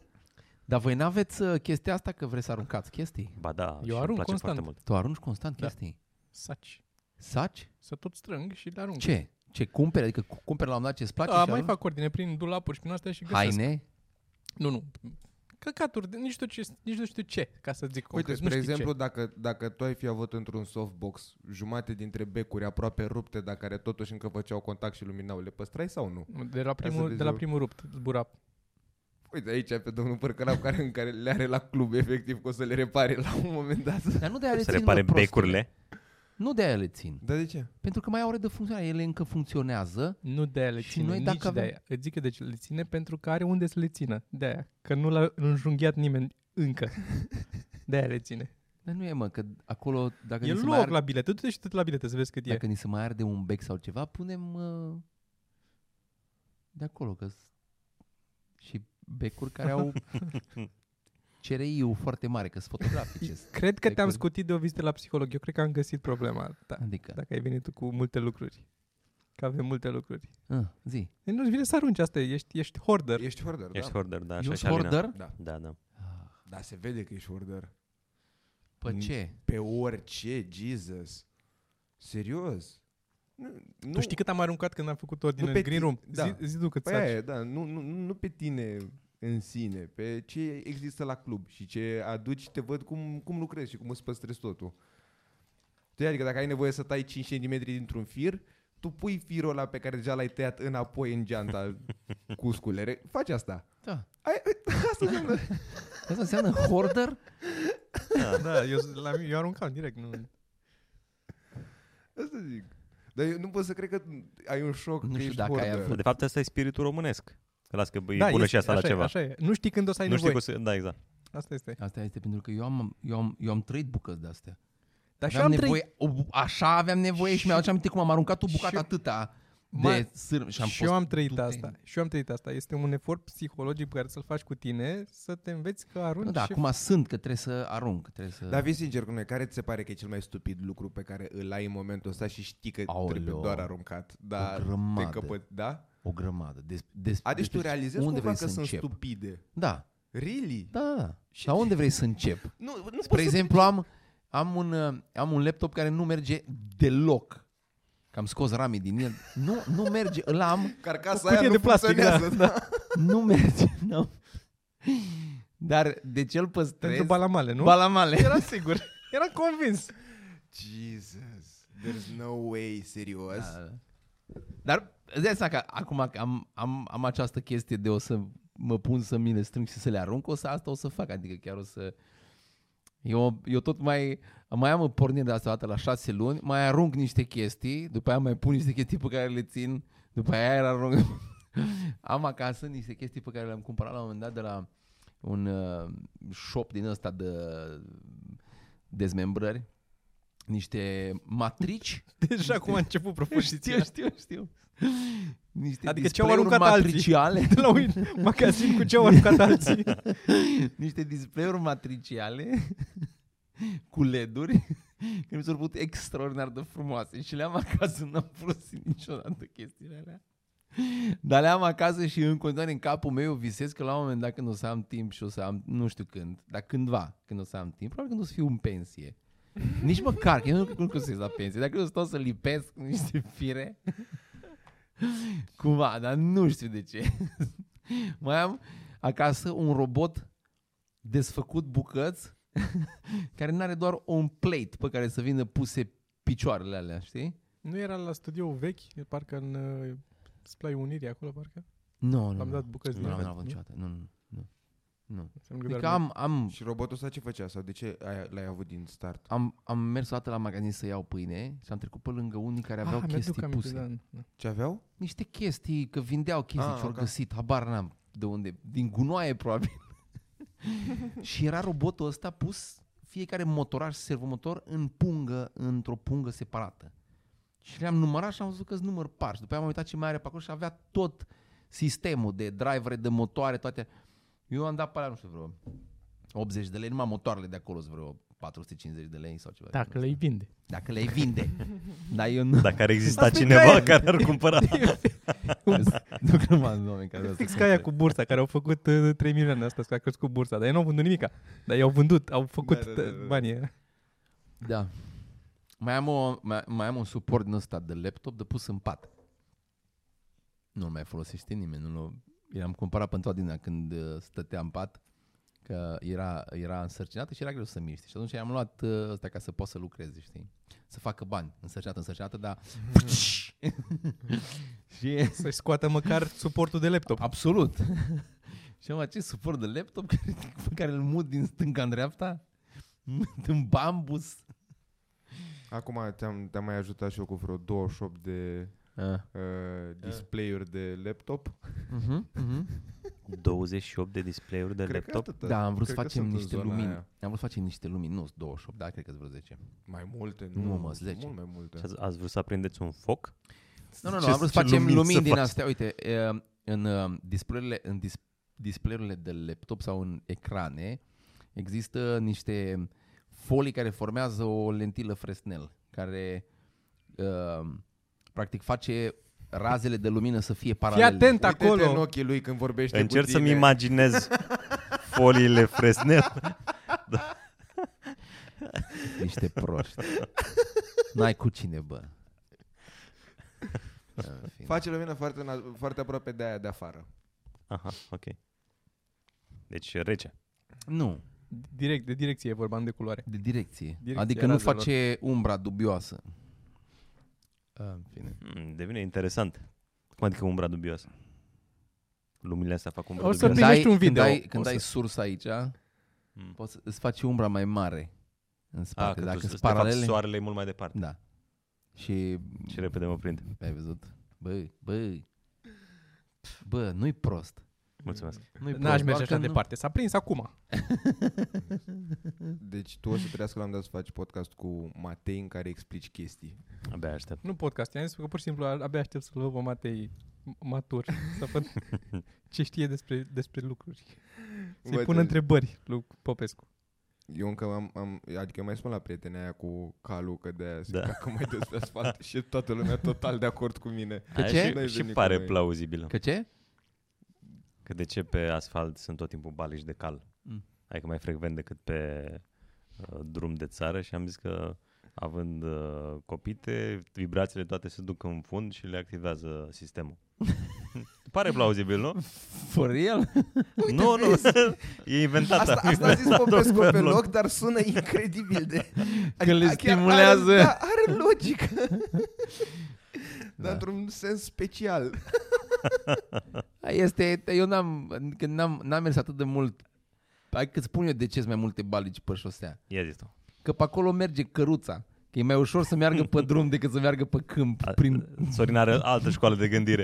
S3: Dar voi n-aveți uh, chestia asta că vreți să aruncați chestii?
S2: Ba da,
S1: Eu
S2: și îmi
S1: arunc
S2: place
S1: constant.
S2: foarte mult.
S3: Tu arunci constant
S1: Da.
S3: chestii?
S1: Saci.
S3: Saci?
S1: Să tot strâng și le arunc.
S3: Ce? Ce cumperi? Adică cu- cumperi la un dat ce îți place
S1: Da,
S3: și
S1: mai
S3: arunci?
S1: fac ordine prin dulapuri și prin astea și găsesc.
S3: Haine?
S1: Nu, nu. Căcaturi, de- nici, nu ce, nici nu știu ce, ca să zic
S4: Uite,
S1: concret.
S4: spre
S1: Păi, deci, nu știu
S4: exemplu,
S1: ce.
S4: dacă, dacă tu ai fi avut într-un softbox jumate dintre becuri aproape rupte, dar care totuși încă făceau contact și luminau, le păstrai sau nu?
S1: De la, primul,
S4: vezi
S1: de la
S4: eu.
S1: primul rupt, zbura.
S4: Uite aici pe domnul Părcălap care, în care le are la club, efectiv, că o să le repare la un moment dat.
S3: Dar nu de aia le
S2: Să
S3: țin, mă,
S2: repare
S3: prostule.
S2: becurile.
S3: Nu de aia le țin.
S4: Dar Da, de ce?
S3: Pentru că mai au ore de funcționare. Ele încă funcționează.
S1: Nu de aia le
S3: Și
S1: ține,
S3: noi
S1: nici
S3: dacă
S1: de
S3: avem-
S1: aia. Îți zic că deci le ține pentru că are unde să le țină. De aia. Că nu l-a înjunghiat nimeni încă. De aia le ține.
S3: Dar nu e, mă, că acolo, dacă,
S1: e
S3: ni se,
S1: loc
S3: mai arde,
S1: la bilete. Du-te și tot la bilete să vezi cât
S3: dacă
S1: e.
S3: ni se mai arde un bec sau ceva, punem uh, de acolo, că s- și becuri care au CRI-ul foarte mare, că sunt fotografice.
S1: Cred că te-am
S3: de curând.
S1: scutit de o vizită la psiholog. Eu cred că am găsit problema ta.
S3: Adică,
S1: Dacă ai venit tu cu multe lucruri. Că avem multe lucruri.
S3: ah, zi.
S1: E, Nu-ți vine să arunci asta. e, Ești, ești hoarder.
S4: Ești hoarder,
S2: Ești
S4: da.
S2: hoarder, da,
S3: Eu
S2: așa și
S3: sunt
S2: Alina.
S3: order?
S4: Da.
S2: Da, da.
S4: Da, se vede că ești hoarder.
S3: Pe
S4: Mm.
S3: Păi ce?
S4: Pe orice, Jesus. Serios? Nu, nu.
S1: Tu știi cât am aruncat când am făcut ordine
S4: Nu pe
S1: în green room?
S4: tine, da.
S1: Zi, zi tu cât
S4: Păi aia
S1: saci.
S4: e, da, nu, nu, nu pe tine în sine, pe ce există la club și ce aduci, te văd cum, cum lucrezi și cum îți păstrezi totul. Tu, adică dacă ai nevoie să tai 5 cm dintr-un fir, tu pui firul ăla pe care deja l-ai tăiat înapoi în geanta cu sculere. Faci asta.
S3: Da.
S4: Ai, asta înseamnă.
S3: Asta înseamnă hoarder?
S1: Da, eu, la, mine- eu aruncam direct. Nu.
S4: Asta zic. Dar eu nu pot să cred că ai un șoc
S3: Nu
S4: că
S3: știu
S4: ești
S3: dacă ai
S4: hoarder.
S3: avut.
S2: De fapt, asta e spiritul românesc. Că las că bă, e bună
S1: Da, este-
S2: și asta la
S1: așa e,
S2: ceva.
S1: așa e. Nu știi când o să ai
S2: nu știu
S1: nevoie.
S2: că o să... Da, exact.
S1: Asta este.
S3: Asta este pentru că eu am, eu am, eu am trăit bucăți de-astea.
S1: Dar și eu
S3: aveam
S1: am trăit.
S3: nevoie, o, așa aveam nevoie și,
S1: Și-
S3: mi-am aduce aminte cum am aruncat o bucată
S1: și-
S3: atâta de
S1: Mai-
S3: sârmă. Și, am
S1: Și eu am trăit
S3: dute-
S1: asta. Și eu am trăit asta. Este un efort psihologic pe care să-l faci cu tine, să te înveți că
S3: Nu,
S1: arunci
S3: da,
S1: și...
S3: acum sunt că trebuie să arunc, trebuie să...
S4: Dar fii sincer cu noi, care ți se pare că e cel mai stupid lucru pe care îl ai în momentul ăsta și știi că
S3: Aoleo.
S4: trebuie doar aruncat, dar
S3: O grămadă.
S4: te încăpă, da?
S3: O grămadă. Des, des,
S4: A, deci tu
S3: despre
S4: realizezi unde cumva
S3: vrei
S4: că sunt
S3: încep.
S4: stupide.
S3: Da,
S4: Really?
S3: da, da, da. Dar unde vrei să încep?
S4: Nu, nu
S3: Spre exemplu, am, am, un, uh, am un laptop care nu merge deloc. Că am scos ramii din el. Nu, nu merge, îl am,
S4: Carcasa
S1: O cutie
S4: aia nu
S1: de plastic, da,
S4: funcționează. Da, da.
S3: nu merge. Nu. Dar de ce îl păstrez?
S1: Pentru balamale, nu?
S3: Balamale.
S1: Era sigur. Era convins.
S4: Jesus. There's no way, serios. Da.
S3: Da. Dar îți dai seama că acum că am, am, am această chestie de o să mă pun să mi le strâng și să le arunc, o să asta o să fac, adică chiar o să... Eu, eu tot mai, mai am o pornire de asta o dată la șase luni, mai arunc niște chestii, după aia mai pun niște chestii pe care le țin, după aia iar arunc. am acasă niște chestii pe care le-am cumpărat la un moment dat de la un uh, shop din ăsta de dezmembrări, niște matrici
S1: Deja acum a început propoziția.
S3: știu, știu, știu. Niște
S1: Adică ce au
S3: display-uri
S1: aruncat alții.
S3: matriciale,
S1: De la un magazin cu ce au aruncat alții.
S3: niște display-uri matriciale cu LED-uri care mi s-au părut extraordinar de frumoase și le-am acasă, n-am folosit niciodată chestiile alea. Dar le-am acasă și în continuare în capul meu eu visez că la un moment dat când o să am timp și o să am, nu știu când, dar cândva când o să am timp, probabil când o să fiu în pensie. Nici măcar, că eu nu cred că o să ies la pensie, dacă eu stau să lipesc niște fire, cumva, dar nu știu de ce. Mai am acasă un robot desfăcut bucăți care nu are doar un plate pe care să vină puse picioarele alea, știi?
S1: Nu era la studioul vechi, parcă în uh, Splai Unirii acolo, parcă?
S3: Nu, nu,
S1: L-am
S3: nu.
S1: dat bucăți
S2: Nu
S1: din
S3: Nu
S1: el,
S3: l-am
S1: nu?
S3: avut niciodată. Nu, nu, nu. nu.
S1: Înseamnă că
S3: Adică
S1: doar-
S3: am, am,
S4: Și robotul ăsta ce făcea? Sau de ce ai, l-ai avut din start?
S3: am, am mers o dată la magazin să iau pâine și am trecut pe lângă unii care aveau
S1: Ah, mi-aduc
S3: chestii
S1: aminte,
S3: puse.
S1: da.
S4: Ce aveau?
S3: Niște chestii, că vindeau chestii
S4: Ah,
S3: ce au
S4: ok.
S3: găsit, habar n-am de unde, din gunoaie probabil. și era robotul ăsta pus fiecare motoraș servomotor în pungă, într-o pungă separată. Și le-am numărat și am văzut că îți număr par. Și după aia am uitat ce mai are pe acolo și avea tot sistemul de drivere, de motoare, toate. Eu am dat pe alea, nu știu, vreo 80 de lei, numai motoarele de acolo sunt vreo 450 de lei sau ceva. de
S1: Dacă
S3: genul
S1: le-i
S3: ăsta.
S1: vinde.
S3: Dacă le vinde. Dar eu nu...
S2: Dacă ar exista
S1: Asta e
S2: cineva
S1: ca el.
S2: care ar cumpăra.
S3: nu că nu am oameni care
S1: Fix ca aia cu bursa, care au făcut uh, 3 milioane asta, că a crescut cu bursa, dar ei nu au vândut nimica, dar i-au vândut, au făcut
S4: Da, da, da,
S1: uh,
S4: da.
S1: banii.
S3: Da. Mai am, o, mai, mai am un suport din ăsta de laptop de pus în pat. Nu-l mai folosește nimeni. Nu l-am cumpărat pentru din când uh, stătea în pat, că era, era însărcinată și era greu să miște. Și atunci i-am luat uh, ăsta ca să poată să lucreze, știi? Să facă bani. Însărcinată, însărcinată, dar... și...
S1: Să-și scoată măcar suportul de laptop.
S3: Absolut. și am acest suport de laptop care, pe care îl mut din stânga în dreapta, în bambus.
S4: Acum te-am, te-am mai ajutat și eu cu vreo 28 de
S3: Ah.
S4: uh, display-uri de laptop.
S3: Uh-huh, uh-huh.
S2: 28 de display-uri de
S4: Cred că
S2: laptop.
S4: atâta.
S3: Da, am vrut să
S4: Cred că
S3: facem
S4: sunt în
S3: niște
S4: zona
S3: lumini.
S4: aia.
S3: Am vrut să facem niște lumini, nu 28, da, cred că vreo 10.
S4: Mai multe,
S3: Nu,
S4: nu,
S3: mă,
S4: sunt
S3: 10.
S4: Mult mai multe.
S2: Și ați, ați vrut să aprindeți un foc?
S3: Nu, nu, nu,
S2: Ce-
S3: am vrut să
S2: ce
S3: facem lumini
S2: să
S3: din
S2: faci?
S3: astea. Uite, e, în uh, display-urile, în dis- display-urile de laptop sau în ecrane există niște folii care formează o lentilă fresnel, care uh, practic face razele de lumină să fie
S1: Fii
S3: paralele.
S1: atent
S4: Uite-te în
S1: acolo!
S4: ochii lui când vorbește
S2: Încerc
S4: cu
S2: să-mi
S4: tine.
S2: imaginez foliile Fresnel.
S3: Niște proști. N-ai cu cine, bă. În fine.
S4: Face lumină foarte, na- foarte aproape de aia de afară.
S2: Aha, ok. Deci rece.
S3: Nu,
S1: Direct, de direcție e vorba, nu de culoare.
S3: De direcție.
S1: Direcția
S3: adică nu
S1: razelor.
S3: face umbra dubioasă. În fine.
S2: Mm, Devine interesant. Cum adică umbra dubioasă? Luminile astea fac umbra
S1: O să
S2: dubioasă.
S1: primești un
S3: când
S1: video,
S3: ai,
S1: o
S3: când
S1: să-
S3: ai sursa aici,
S2: Mm.
S3: poți să- îți faci umbra mai mare în
S2: A,
S3: spate.
S2: Ah, că
S3: Dacă
S2: tu,
S3: sunt
S2: de fapt,
S3: paralele...
S2: soarele e mult mai departe.
S3: Da. Și
S2: Ce repede mă prind.
S3: ai văzut? Bă, bă, bă, nu-i prost.
S2: Mulțumesc.
S3: Nu-i prost.
S1: N-aș merge
S3: doar
S1: așa
S3: că nu-
S1: departe, s-a prins acum.
S4: Deci tu o să trească la un moment dat să faci podcast cu Matei în care explici chestii.
S2: Abia aștept.
S1: Nu podcast, i-am zis că pur și simplu abia aștept să-l văd pe Matei matur, să văd ce știe despre, despre lucruri. Să-i
S4: Bă,
S1: pun
S4: te-
S1: întrebări lui Popescu.
S4: Eu încă am, am adică mai spun la prietena aia cu calul că de aia
S2: Da.
S4: da. că mai despre asfalt și toată lumea total de acord cu mine.
S3: Că
S2: Aia
S3: ce?
S4: N-ai
S2: Și, și
S4: venit
S2: pare
S4: cu noi.
S2: plauzibilă.
S3: Că ce?
S2: Că de ce pe asfalt sunt tot timpul balici de cal?
S3: Mm.
S2: Adică mai frecvent decât pe uh, drum de țară și am zis că având uh, copite, vibrațiile toate se duc în fund și le activează sistemul. Pare plauzibil, nu?
S3: For real?
S2: nu, nu, e inventat.
S4: Asta, asta a zis Popescu pe loc, dar sună incredibil de...
S3: Că le
S4: chiar
S3: stimulează.
S4: Are, da, are logică. Dar într-un sens special.
S3: Este, eu n-am, că n-am, n-am mers atât de mult. Hai că spun eu de ce sunt mai multe balici pe șosea.
S2: Ia zis tu.
S3: Că pe acolo merge căruța. Că e mai ușor să meargă pe drum decât să meargă pe câmp.
S2: A- da.
S3: Prin...
S2: Sorin are altă școală de gândire.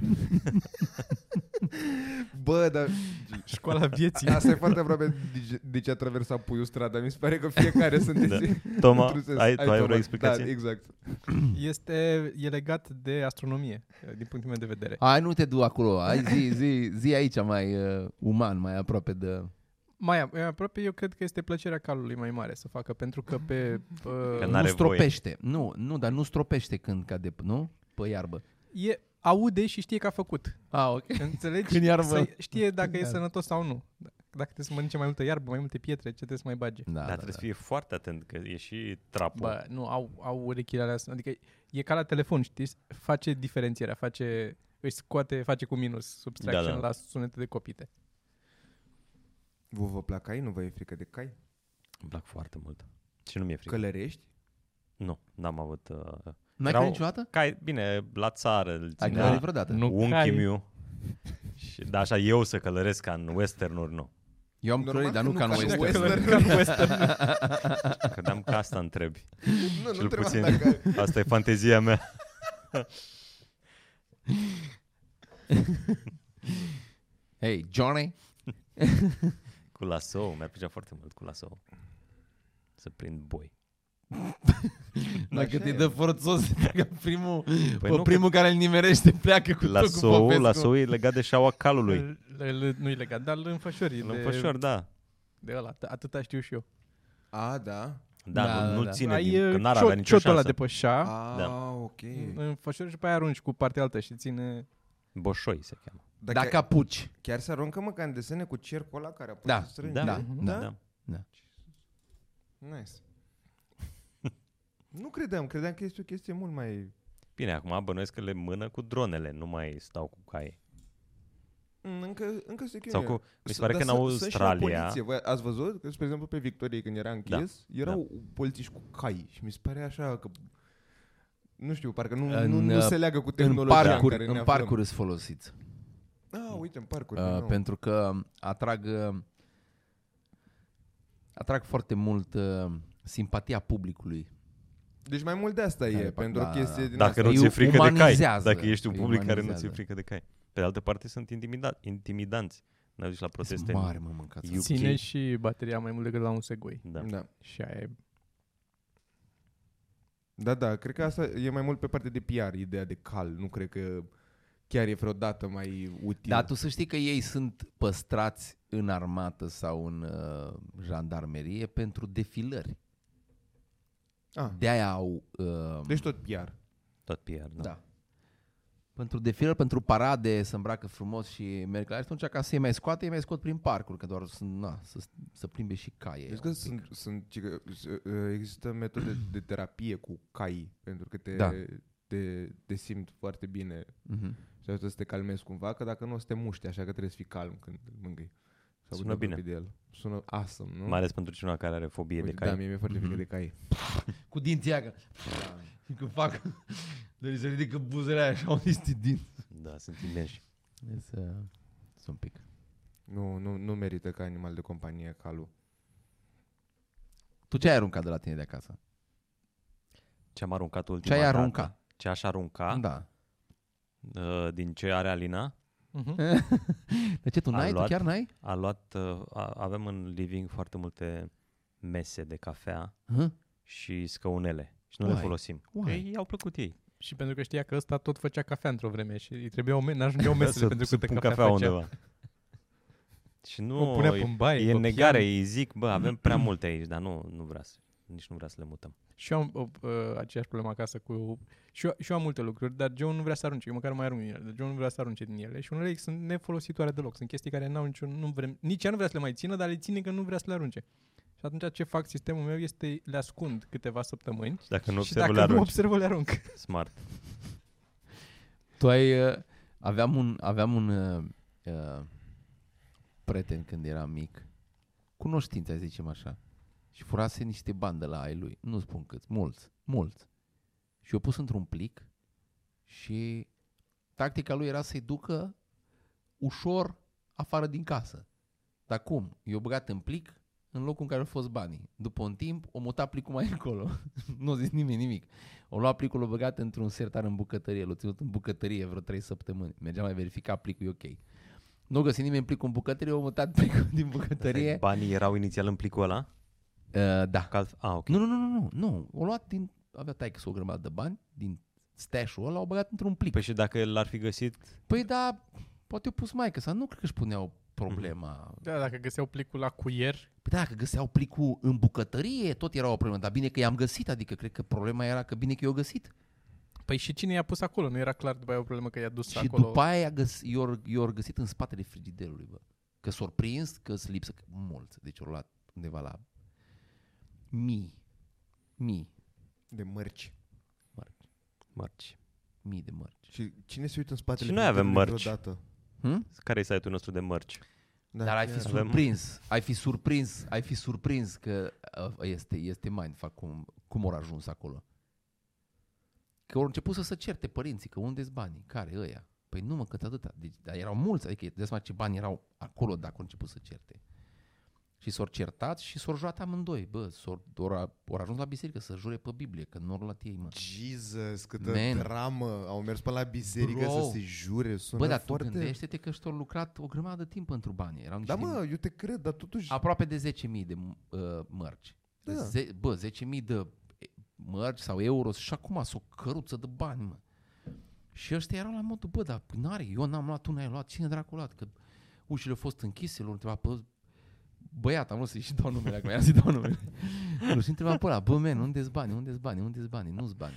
S4: Bă, dar
S1: Școala vieții.
S4: asta e foarte aproape de, ce- de ce a traversat puiul strada. Mi se pare că fiecare sunteți...
S2: Da.
S4: într-un
S2: Toma,
S4: sens.
S2: ai, tu ai
S4: Toma.
S2: vreo explicație?
S4: Da, exact.
S1: Este, e legat de astronomie, uh, din punctul meu de vedere.
S3: Ai, nu te du acolo. Ai zi, zi, zi aici mai uh, uman, mai aproape de...
S1: Mai am- mai aproape, eu cred că este plăcerea calului mai mare să facă, pentru că pe...
S2: Că
S1: Uh,
S2: n-are
S3: nu
S2: voie.
S3: stropește. Nu, nu, dar nu stropește când cade, nu? Pe iarbă.
S1: e, aude și știe că a făcut.
S3: A, Ah, ok.
S1: Înțelegi?
S3: Când iarbă.
S1: Să știe dacă e
S3: iarbă.
S1: sănătos sau nu. Dacă trebuie să mănânce mai multă iarbă, mai multe pietre, ce trebuie să mai bage.
S3: Da,
S2: Dar
S3: da,
S2: trebuie să fie foarte atent, că e și trapul.
S1: Bă, nu, au, au urechile alea, adică e ca la telefon, știi? Face diferențierea, face, își scoate, face cu minus subtraction
S2: Da,
S1: da,
S2: da.
S1: da. la sunete de copite.
S4: Vă vă plac cai? Nu vă e frică de cai?
S2: Îmi plac foarte mult. Și nu mi-e frică.
S4: Călărești?
S2: Nu, n-am avut... Uh...
S3: N-ai
S2: Erau- Da.
S3: Erau... niciodată?
S2: Cai, bine, la țară îl
S3: Ai
S2: ținea
S3: călărit vreodată?
S1: Nu
S2: unchi
S1: cai.
S2: miu. Și, da, așa, eu să călăresc ca în westernuri, nu.
S3: Eu am
S4: Normal
S3: călărit, dar
S4: că
S3: nu
S4: nu
S3: ca în
S4: cade
S3: Western.
S4: acolo.
S1: Călări ca în western.
S2: Credeam că asta întrebi.
S4: Nu,
S2: Cel
S4: nu întreba
S2: puțin.
S4: dacă...
S2: Asta e fantezia mea.
S3: Hei, Johnny?
S2: Cu lasou, mi-ar plăcea foarte mult cu lasou. Să prind boi.
S3: Dacă
S4: așa
S3: te
S4: e.
S3: dă forțos, pleacă primul,
S2: Păi
S3: pe
S2: nu,
S3: primul care îl nimerește pleacă cu tot cu
S2: Lasou,
S3: Popescu.
S2: lasou e legat de șaua calului.
S1: Îl- îl- Nu e legat, dar îl înfășori.
S2: În
S1: de-
S2: înfășor, da.
S1: de ăla, at- atâta știu și eu.
S5: A, da.
S2: Da,
S3: Da,
S2: da, nu,
S3: da,
S2: nu
S3: da.
S2: ține
S1: Ai,
S2: din, că
S1: uh,
S2: n-ar
S1: ciot-
S2: avea nicio
S1: ciotul ăla
S2: șansă.
S1: de pe șa, A.
S5: A,
S2: Da.
S5: ok.
S1: înfășori și pe aia arunci cu partea altă și ține...
S2: Boșoi se cheamă.
S5: Dacă,
S3: Dacă apuci.
S5: chiar se aruncă mă ca în desene cu cercul ăla care apoi
S3: Da,
S5: se strânge.
S2: Da,
S3: Da,
S2: da,
S3: da.
S2: da. da.
S5: Nice.
S4: Nu credeam, credeam că este o chestie mult mai...
S2: Bine, acum bănuiesc că le mână cu dronele, nu mai stau cu cai.
S4: Mm, Încă, încă se chinuie.
S2: Sau cu, mi se
S5: S-
S2: pare
S5: dar
S2: că în
S5: sunt- sunt și la
S2: Australia,
S4: Poliție. Voi ați văzut? Că, spre exemplu, pe Victoriei, când era închis, da. erau da. polițiști cu cai și mi se pare așa că... Nu știu, parcă nu,
S3: În,
S4: nu, nu
S3: uh,
S4: se leagă cu
S3: În
S4: tehnologia
S3: parcuri,
S4: care ne
S3: în
S4: aflăm.
S3: parcuri îți folosiți.
S4: Ah, uite, în parcuri.
S3: Uh,
S4: Uh, pe...
S3: pentru că atrag uh, atrag foarte mult uh, simpatia publicului.
S4: Deci mai mult de asta
S3: Care
S4: e,
S3: par-
S4: pentru
S3: da,
S4: o chestie
S3: da, da.
S4: din
S2: dacă nu
S4: asta.
S2: ți-e
S3: îi
S2: frică de cai,
S3: umanizează,
S2: dacă ești un
S3: îi
S2: public care nu
S3: umanizează.
S2: ți-e frică de cai. Pe de altă parte sunt intimidat, intimidanți. N-ai dus la proteste.
S3: Sunt mare, mă, mâncați.
S2: UK.
S1: Ține și bateria mai mult decât la un Segway.
S2: Da.
S4: Da.
S1: Și aia e...
S4: da, da, cred că asta e mai mult pe partea de PR, ideea de cal. Nu cred că chiar e vreodată mai util.
S3: Dar tu să știi că ei sunt păstrați în armată sau în uh, jandarmerie pentru defilări.
S4: Ah,
S3: De aia au uh,
S4: deci tot PR.
S2: Tot PR, da.
S3: Da. Pentru defilări, pentru parade, se îmbracă frumos și merg la el. Și atunci ca să-i mai scoate, îi mai scot prin parcuri, că doar sunt, na, să, să plimbe și caie.
S4: Deci că sunt, sunt, ci că, s- uh, există metode de terapie cu cai, pentru că te,
S3: Da.
S4: te, te simți foarte bine
S3: Mm-hmm.
S4: și ajută să te calmezi cumva, că dacă nu o să te muști, așa că trebuie să fii calm când îl mângâi. Sau
S2: Sună
S4: când te
S2: bine.
S4: apropii De el. Sună awesome, nu?
S2: Mai ales pentru cineva care are fobie
S4: Uite,
S2: de cai.
S4: Da, mie mi-e foarte frică de cai. Da.
S3: Cu dinții aia, că... Când fac... Dar se ridică buzele aia și au niște dinți.
S2: Da, sunt imensi.
S3: Sunt un pic.
S4: Nu, nu, nu merită ca animal de companie calul.
S3: Tu ce ai aruncat de la tine de acasă?
S2: Ce am aruncat
S3: Ce
S2: ultima
S3: ai
S2: dată?
S3: aruncat?
S2: Ce aș arunca?
S3: Da.
S2: uh, Din ce are Alina?
S1: Mhm.
S3: De ce tu
S2: Am
S3: n-ai? Tu
S2: luat-
S3: chiar n-ai?
S2: A luat, uh, a, avem în living foarte multe mese de cafea
S3: Hă?
S2: și scăunele și nu
S3: Why?
S2: le folosim.
S3: Why?
S2: Ei i-au plăcut ei.
S1: Și pentru că știa că ăsta tot făcea cafea într-o vreme și îi trebuiau me- n-ajungeau mesele pentru câte
S2: pun
S1: cafea, cafea făcea.
S2: undeva. și nu,
S1: O punea pe în baie,
S2: e
S1: pe
S2: în negare,
S1: pian.
S2: ei zic, bă, avem prea multe aici, dar nu, nu vrea să, nici nu vrea să le mutăm.
S1: Și eu am o, uh, aceeași problemă acasă cu... Și eu, și eu am multe lucruri, dar John nu vrea să arunce. Eu măcar mai arunc din ele, dar John nu vrea să arunce din ele. Și unele sunt nefolositoare deloc. Sunt chestii care n-au niciun... Nu vrem, nici ea nu vrea să le mai țină, dar le ține că nu vrea să le arunce. Și atunci ce fac sistemul meu este le ascund câteva săptămâni
S2: Și dacă nu
S1: și
S2: observă,
S1: dacă
S2: le
S1: nu
S2: arunci.
S1: observă, le arunc.
S2: Smart.
S3: Tu ai... uh, Aveam un, aveam un uh, uh, prieten când eram mic, cunoștință, să zicem așa, și furase niște bani de la ai lui, nu spun câți, mulți, mulți. Și eu pus într-un plic și tactica lui era să-i ducă ușor afară din casă. Dar cum? Eu băgat în plic în locul în care au fost banii. După un timp, o mutat plicul mai încolo. nu a zis nimeni nimic. O luat plicul, l-a băgat într-un sertar în bucătărie, l-a ținut în bucătărie vreo 3 săptămâni. Mergeam mai verifica plicul, e ok. Nu a găsit nimeni plicul în bucătărie, o mutat plicul din bucătărie.
S2: Banii erau inițial în plicul ăla?
S3: Uh, da.
S2: Că alt... ah, ok.
S3: Nu, nu, nu, nu, nu, nu. O luat din, avea taică o grămadă de bani, din stash-ul ăla, o băgat într-un plic.
S2: Păi
S3: Păi,
S2: și dacă l-ar fi găsit,
S3: păi da, poate o pus maică sau nu cred că își puneau problema.
S1: Da, dacă găseau plicul la cuier,
S3: Păi da, că găseau plicul în bucătărie, tot era o problemă, dar bine că i-am găsit, adică cred că problema era că bine că eu găsit.
S1: păi și cine i-a pus acolo? Nu era clar după aia o problemă că i-a dus
S3: Și
S1: acolo.
S3: după aia i-a găs- i-or, i-or găsit în spatele frigiderului, bă. Că s-or prins, că s lipsă că- mult. Deci au luat undeva la mii, mii,
S4: De mărci.
S2: mărci.
S3: mii de mărci.
S4: Și cine se uită în spatele
S2: Și noi avem
S4: frigiderului
S2: mărci.
S4: vreodată?
S3: Hm?
S2: Care e site-ul nostru de mărci?
S4: Da,
S3: Dar ai
S4: chiar.
S3: fi
S2: Avem-
S3: surprins, ai fi surprins, ai fi surprins că uh, este, este mindfuck cum, cum au ajuns acolo. Că au început să se certe părinții, că unde-s banii, care ăia? Păi nu mă, cât atâta. Deci, dar erau mulți, adică de seama ce bani erau acolo dacă au început să certe. Și s-au certat și s-au jurat amândoi. Bă, s-au ora- au ajuns la biserică să jure pe Biblie, că nu au luat ei, mă.
S4: Jesus, câtă
S3: Man.
S4: dramă. Au mers până la biserică
S3: Bro.
S4: să se jure. Sună
S3: Bă, dar tu
S4: foarte...
S3: gândește-te că și-au lucrat o grămadă de timp pentru bani. Erau niște
S4: Da, mă, eu te cred, dar totuși...
S3: Aproape de 10.000 de uh, mărci.
S4: Da.
S3: Da. Ze- bă, 10.000 de e, mărci sau euro și acum sunt o căruță de bani, mă. Și ăștia erau la modul, bă, dar n-are, eu n-am luat, tu n-ai luat, cine dracu a luat? Că ușile au fost închise, l-au întrebat pe băiat, am vrut să-i și dau numele acum, i-am zis dau numele. nu, și întreba pe ăla, bă, man, unde-s bani, unde-s bani, unde-s bani, nu-s bani.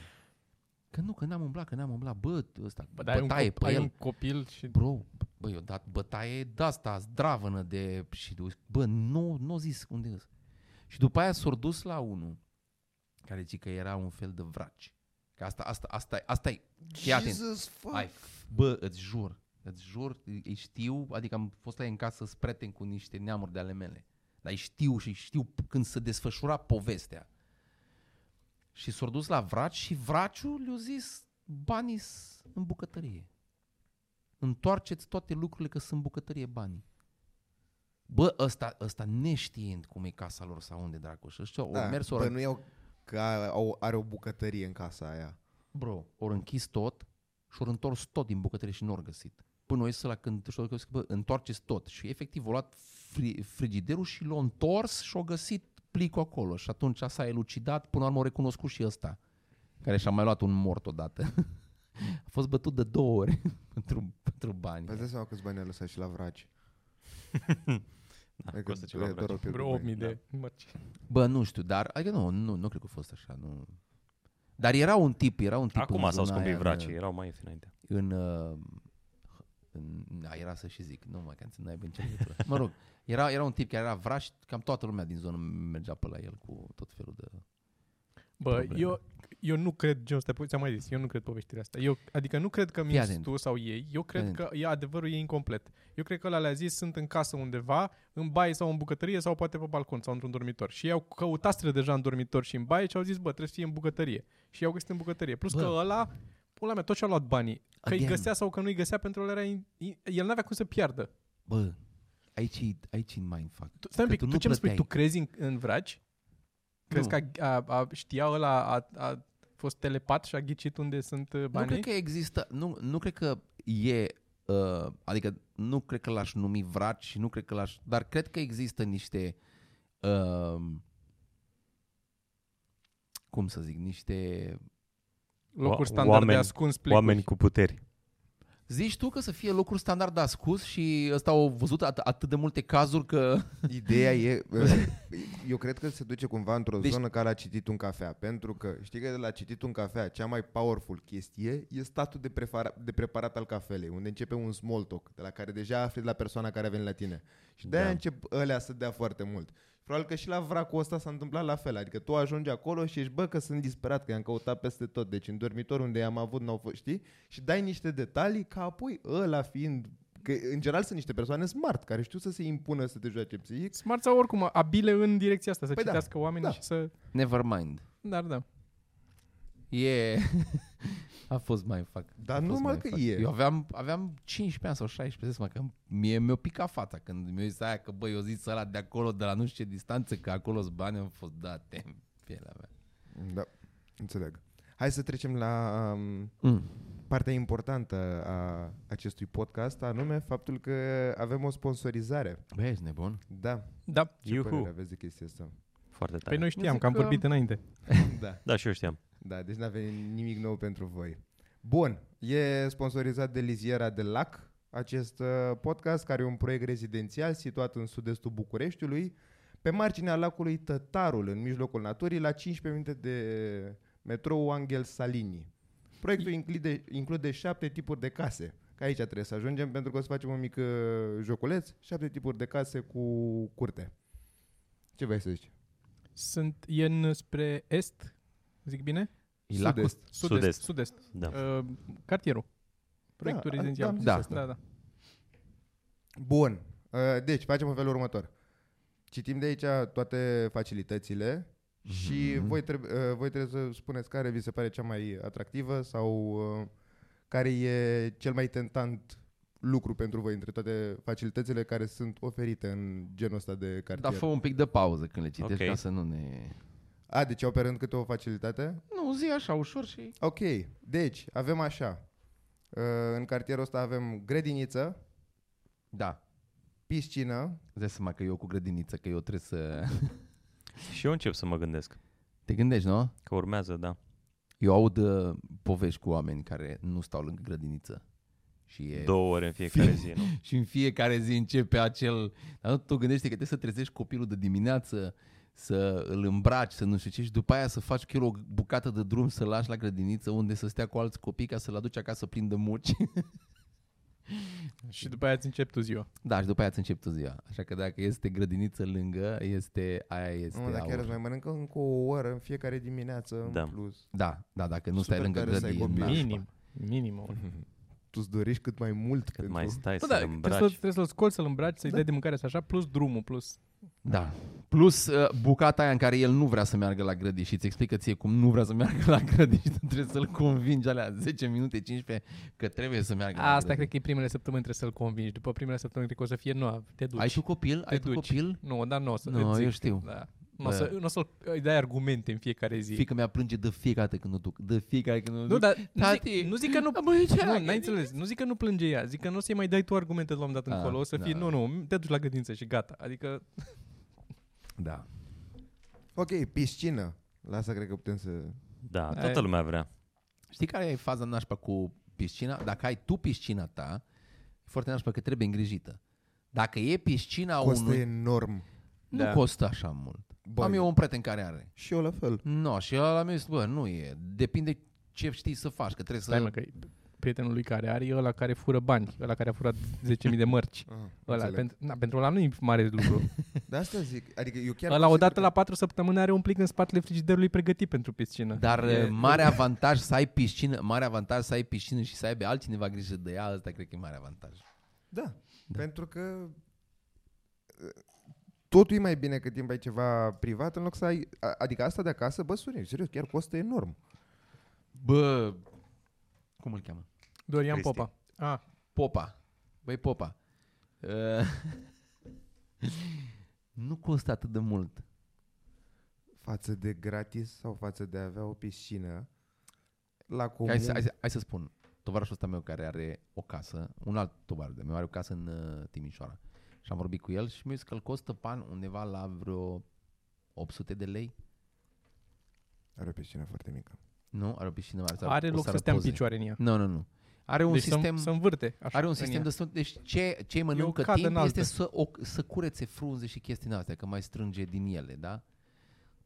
S3: Că nu, că n-am umblat, că n-am umblat, bă, ăsta,
S1: Bă,
S3: bă,
S1: dar ai un,
S3: bătaie
S1: cop-
S3: pe
S1: ai
S3: el.
S1: un copil și...
S3: Bro, bă, eu dat bătaie de asta, zdravănă de... Și, de- bă, nu, nu zis unde e Și după aia s-a dus la unul care zice că era un fel de vraci. Că asta, asta, asta, asta e. Fii atent. Ai, bă, îți jur, îți jur, îi știu, adică am fost la ei în casă spre prieteni cu niște neamuri de ale mele. Dar îi știu și știu când se desfășura povestea. Și s-au dus la vraci și vraciul le-a zis banii în bucătărie. Întoarceți toate lucrurile că sunt bucătărie banii. Bă, ăsta, ăsta neștiind cum e casa lor sau unde, Dracoș. Ăștia da, au mers,
S4: bă,
S3: ori...
S4: nu iau că au, are o bucătărie în casa aia.
S3: Bro, ori închis tot și ori întors tot din bucătărie și nu ori găsit. Până o la când și că bă, întoarceți tot. Și efectiv au luat fri- frigiderul și l-au întors și au găsit plicul acolo. Și atunci s-a elucidat, până la urmă au recunoscut și ăsta, care și-a mai luat un mort odată. A fost bătut de două ori pentru, pentru bani.
S4: Păi îți dai seama câți bani a lăsat și la vraci. Adică
S2: Da, costă ceva
S4: doar o
S2: vreo.
S4: pierdere
S1: Vreo
S4: de
S1: 8000
S4: bani.
S3: da.
S1: de mărci.
S3: Bă, nu știu, dar adică nu, nu, nu cred că a fost așa, nu. Dar era un tip, era un tip
S2: Acum
S3: în
S2: s-au
S3: zona aia,
S2: scumpit
S3: în,
S2: vracii, erau mai ieftini înainte.
S3: În, uh, în, da, era să și zic, nu mai că n-ai bine ce legătură. Mă rog, era, era un tip care era vraș, cam toată lumea din zonă mergea pe la el cu tot felul de...
S1: Bă,
S3: Probleme.
S1: eu, eu nu cred, John, stai, puțin, ți-am mai zis, eu nu cred povestirea asta. Eu, adică nu cred că minți
S3: atent.
S1: tu sau ei, eu cred
S3: Fii
S1: că e adevărul e incomplet. Eu cred că ăla le-a zis, sunt în casă undeva, în baie sau în bucătărie sau poate pe balcon sau într-un dormitor. Și ei au căutat stră deja în dormitor și în baie și au zis, bă, trebuie să fie în bucătărie. Și i-au găsit în bucătărie. Plus
S3: Bă.
S1: că ăla, pula mea, tot ce-a luat banii, că îi
S3: Again.
S1: găsea sau că nu îi găsea, pentru că era, in- in- el n-avea cum să piardă.
S3: Bă, aici, e- aici e în mindfuck.
S1: Tu, stai un
S3: Că
S1: pic, tu,
S3: nu
S1: ce îmi spui? Tu
S3: plăteai.
S1: crezi în, în vraci? Crezi
S3: Nu.
S1: că a, a, a, știa ăla, a, a fost telepat și a ghicit unde sunt uh,
S3: Nu
S1: banii?
S3: cred că există, nu, nu cred că e, uh, adică nu cred că l-aș numi vraci și nu cred că l-aș, dar cred că există niște, uh, cum să zic, niște,
S1: locuri
S2: O-
S1: standard oameni, de
S2: oameni-
S1: ascuns plicuri.
S2: Oameni cu puteri.
S3: zici tu că să fie locuri standard de ascuns și ăsta au văzut at- atât de multe cazuri că,
S4: Ideea e, ă, eu cred că se duce cumva într-o
S3: Deci-
S4: deci... zonă care a citit un cafea, pentru că știi că de la citit un cafea, cea mai powerful chestie e statul de, prefara, de preparat al cafelei, unde începe un small talk, de la care deja afli de la persoana care a venit la tine. Și de-aia
S3: Da.
S4: da. încep ălea să dea foarte mult. Probabil că și la vracul ăsta s-a întâmplat la fel, adică tu ajungi acolo și ești, bă, că sunt disperat, că i-am căutat peste tot, deci în dormitor unde i-am avut, n-au fost, știi? Și dai niște detalii ca apoi ăla fiind Că în general sunt niște persoane smart care știu să se impună să te joace psihic
S1: Smart sau oricum, abile în direcția asta, să păi
S4: Păi da,
S1: citească da, oamenii da.
S4: da.
S1: și să...
S3: never mind,
S1: Dar da.
S3: e, a fost mai fac.
S4: Dar normal că e.
S3: Eu aveam, aveam 15 ani sau 16, să că mie mi-o pica fața când mi-o zis aia că băi, eu zis ăla de acolo, de la nu știu ce distanță, că acolo sunt bani, am fost date în pielea mea.
S4: Da, înțeleg. Hai să trecem la um,
S3: Mm.
S4: partea importantă a acestui podcast, anume faptul că avem o sponsorizare.
S3: Băi, ești nebun?
S4: Da,
S1: Da.
S4: ce Iuhu. părere
S2: Iuhu.
S4: aveți de chestia asta?
S2: Foarte
S1: Păi
S2: tare.
S1: noi
S3: Eu
S1: știam
S3: zic
S1: că am
S3: că-
S1: vorbit înainte.
S4: da,
S2: Da, și eu știam.
S4: da, deci n-a venit nimic nou pentru voi. Bun, e sponsorizat de Liziera de Lac, acest uh, podcast care e un proiect rezidențial situat în sud-estul Bucureștiului, pe marginea lacului Tătarul, în mijlocul naturii, la 15 minute de metrou Angel Salini. Proiectul include, include șapte tipuri de case. Că aici trebuie să ajungem pentru că o să facem un mic uh, joculeț. Șapte tipuri de case cu curte. Ce vrei să zici?
S1: Sunt e în spre est, zic bine?
S3: E la
S4: Sud-est.
S2: Sud-est.
S1: Sud-est. Sud-est.
S2: Da.
S1: Uh, cartierul. Proiectul
S4: a-
S1: rezidențial.
S4: am zis
S1: Da,
S4: asta.
S1: da, da.
S4: Bun. Uh, Deci, facem în felul următor. Citim de aici toate facilitățile
S3: Mhm.
S4: și voi, trebu- uh, voi trebuie să spuneți care vi se pare cea mai atractivă sau uh, care e cel mai tentant lucru pentru voi între toate facilitățile care sunt oferite în genul ăsta de
S3: Dar
S4: cartier.
S3: Da, fă un pic de pauză când le citești
S2: Ok.
S3: ca să nu ne...
S4: A, deci au pe rând câte o facilitate?
S3: Nu, zi așa, ușor și...
S4: Ok, deci avem așa. Uh, În cartierul ăsta avem grădiniță,
S3: Da.
S4: piscină,
S3: Îți dai seama că eu cu grădiniță, că eu trebuie să...
S2: Și eu încep să mă gândesc.
S3: Te gândești, nu?
S2: Că urmează, da.
S3: Eu aud uh, povești cu oameni care nu stau lângă grădiniță. Și e
S2: Două ore în fiecare zi, nu?
S3: și în fiecare zi începe acel... Dar nu, tu gândește că trebuie să trezești copilul de dimineață, să îl îmbraci, să nu știu ce, și după aia să faci chiar o bucată de drum, să-l lași la grădiniță unde să stea cu alți copii ca să-l aduci acasă plin de muci.
S1: Și după aia îți începi tu ziua.
S3: da, și după aia îți începi tu ziua. Așa că dacă este grădiniță lângă, este, aia este
S5: Nu, dar chiar
S3: aur.
S5: îți mai mănâncă încă o oră în fiecare dimineață
S2: Da.
S5: în plus.
S3: Da, da, dacă nu stai
S5: Super
S3: lângă
S5: tare să ai
S3: grădiniță.
S5: copii.
S3: nașpa.
S1: Minim. Minimum.
S5: Tu îți dorești cât mai mult cât
S2: Cât
S5: pentru...
S2: mai stai să
S1: Bă, da, trebuie, să,
S2: îmbraci.
S1: trebuie să-l scoți, să-l îmbraci, să-i
S3: Da.
S1: dai de mâncare să așa, plus drumul, plus...
S3: Da. Plus uh, bucata aia în care el nu vrea să meargă la grădi și îți explică ție cum nu vrea să meargă la grădi și tu trebuie să-l convingi alea 10 minute, 15 că trebuie să meargă la
S1: Asta
S3: grădi.
S1: cred că e primele săptămâni trebuie să-l convingi. După primele săptămâni cred că o să fie, nu, te duci.
S3: Ai tu copil? Ai
S1: Te
S3: tu
S1: duci.
S3: copil?
S1: Nu, dar nu o să...
S3: Nu,
S1: îți zic
S3: eu
S1: că-
S3: știu.
S1: Da. Nu o să,
S3: Da.
S1: nu o să îi dai argumente în fiecare zi.
S3: Fica mea plânge de fiecare dată când o duc. De fiecare când o duc.
S1: Nu, dar nu
S3: Tati.
S1: zic, nu zic că nu...
S3: Dar, băi, ce
S1: nu,
S3: ai?
S1: n-ai înțeles. Nu zic că nu plânge ea. Zic că nu o să-i mai dai tu argumente de la un dat
S3: Ah,
S1: încolo. O să fie,
S3: da.
S1: nu, nu, te duci la grădință și gata. Adică,
S3: Da.
S5: Ok, piscină. La asta cred că putem să...
S2: Da, toată lumea vrea.
S3: Știi care e faza nașpa cu piscina? Dacă ai tu piscina ta, e foarte nașpa că trebuie îngrijită. Dacă e piscina
S5: Costă
S3: unui,
S5: enorm.
S3: nu
S1: Da.
S3: costă așa mult.
S5: Bani.
S3: Am eu un prieten care are.
S5: Și eu la fel.
S3: No, și ăla mi-a zis, bă, nu e. Depinde ce știi să faci, că trebuie
S1: stai mă
S3: să...
S1: că prietenul lui care are, e ăla care fură bani, ăla care a furat 10.000 de mărci.
S5: Ah,
S1: Ăla,
S5: înțeleg.
S1: pentru, na, pentru ăla nu e mare lucru.
S5: Dar asta zic. Adică eu chiar...
S1: Ăla
S5: consider
S1: odată
S5: că-
S1: la 4 săptămâni are un plic în spatele frigiderului pregătit pentru piscină.
S3: Dar
S1: E-
S3: e, mare avantaj să ai piscină, mare avantaj să ai piscină și să aibă altcineva grijă de ea, ăsta cred că e mare avantaj.
S5: Da, da. pentru că uh, totul e mai bine cât timp ai ceva privat în loc să ai... a- Adică asta de acasă, bă, Sorin, serios, chiar costă enorm.
S3: Bă, cum îl cheamă?
S1: Dorian
S2: Cristi.
S1: Popa. Ah,
S3: Popa. Băi, Popa. Uh, nu costă atât de mult.
S5: Față de gratis sau față de a avea o piscină la comun.
S3: Hai să, hai, să, hai să spun. Tovarășul ăsta meu care are o casă, un alt tovarăș de meu are o casă în uh, Timișoara. Și am vorbit cu el și mi-a zis că îl costă pan undeva la vreo 800 de lei.
S5: Are o piscină foarte mică.
S3: Nu, are o piscină mare. sau
S1: are
S3: o
S1: loc să
S3: sară
S1: stea în
S3: poze.
S1: picioare în ea.
S3: Nu, nu, nu. Are un
S1: deci
S3: sistem...
S1: să, să învârte. Așa,
S3: Are un
S1: în
S3: sistem
S1: ea.
S3: destul Deci ce, ce mănâncă
S1: cadă
S3: timp
S1: înaltă.
S3: este să, o, să curețe frunze și chestii din astea, că mai strânge din ele, da?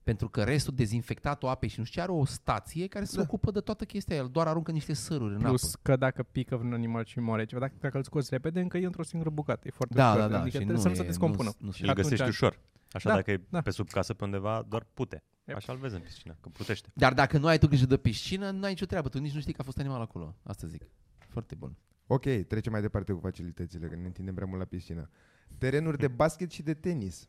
S3: Pentru că restul dezinfectatul apei și nu știu ce are o stație care se da. ocupă de toată chestia aia. El doar aruncă niște săruri în
S1: Plus
S3: apă.
S1: că dacă pică vreun animal și moare ceva, dacă, dacă îl scoți repede, încă e într-o singură bucată. E foarte
S3: Da,
S1: ușor.
S3: da, da.
S1: Adică
S3: și
S1: trebuie
S3: nu
S1: să nu
S3: e-
S1: se descompună.
S3: Nu, nu
S2: Și îl găsești
S1: atunci-
S2: ușor. Așa
S1: Da,
S2: dacă e
S1: da.
S2: pe sub casă pe undeva, doar pute.
S1: Yep.
S2: Așa îl vezi în piscină, că putește.
S3: Dar dacă nu ai tu grijă de piscină, nu ai nicio treabă. Tu nici nu știi că a fost animal acolo. Asta zic. Foarte bun.
S5: Ok, trecem mai departe cu facilitățile, că ne întindem prea mult la piscină. Terenuri de basket și de tenis.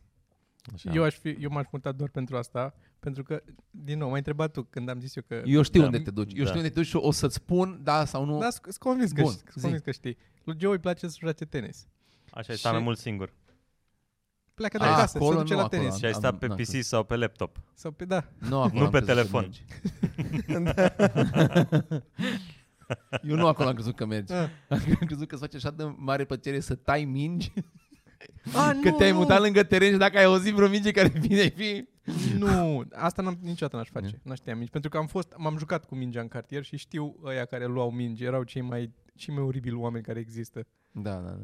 S2: Așa.
S1: Eu, aș fi, eu m-aș muta doar pentru asta, pentru că, din nou, m-ai întrebat tu când am zis eu că...
S3: Eu știu da.
S2: Da.
S3: unde te duci. Eu
S2: Da.
S3: știu unde te duci și o să-ți spun da sau nu.
S1: Da, sunt convins, că,
S3: Bun,
S1: știi,
S3: zi.
S1: sunt convins că știi. Lui Joe îi place să joace tenis.
S2: Așa ai stat
S1: Și-
S2: mai mult singur.
S1: Pleacă de
S3: Ah,
S1: acasă, se
S3: acolo
S1: duce
S3: nu,
S1: la
S3: acolo.
S1: tenis.
S2: Și ai
S3: Am-
S2: stat pe
S3: n-am
S2: PC sau pe laptop.
S1: Sau pe, da,
S3: Nu, acolo
S2: Nu
S3: am
S2: pe
S3: crezut că
S2: telefon.
S3: mergi. Eu nu acolo am crezut că mergi.
S1: Ah.
S3: Am crezut că îți face așa de mare plăcere să tai mingi
S1: A,
S3: Că te-ai mutat lângă teren și dacă ai auzit vreo minge care vine, ai fi...
S1: Nu, asta n-am, niciodată n-aș
S5: Mm.
S1: face. N-aș știa mingi. Pentru că am fost, m-am jucat cu mingea în cartier și știu ăia care luau mingi. Erau cei mai, cei mai oribili oameni care există.
S3: Da, da,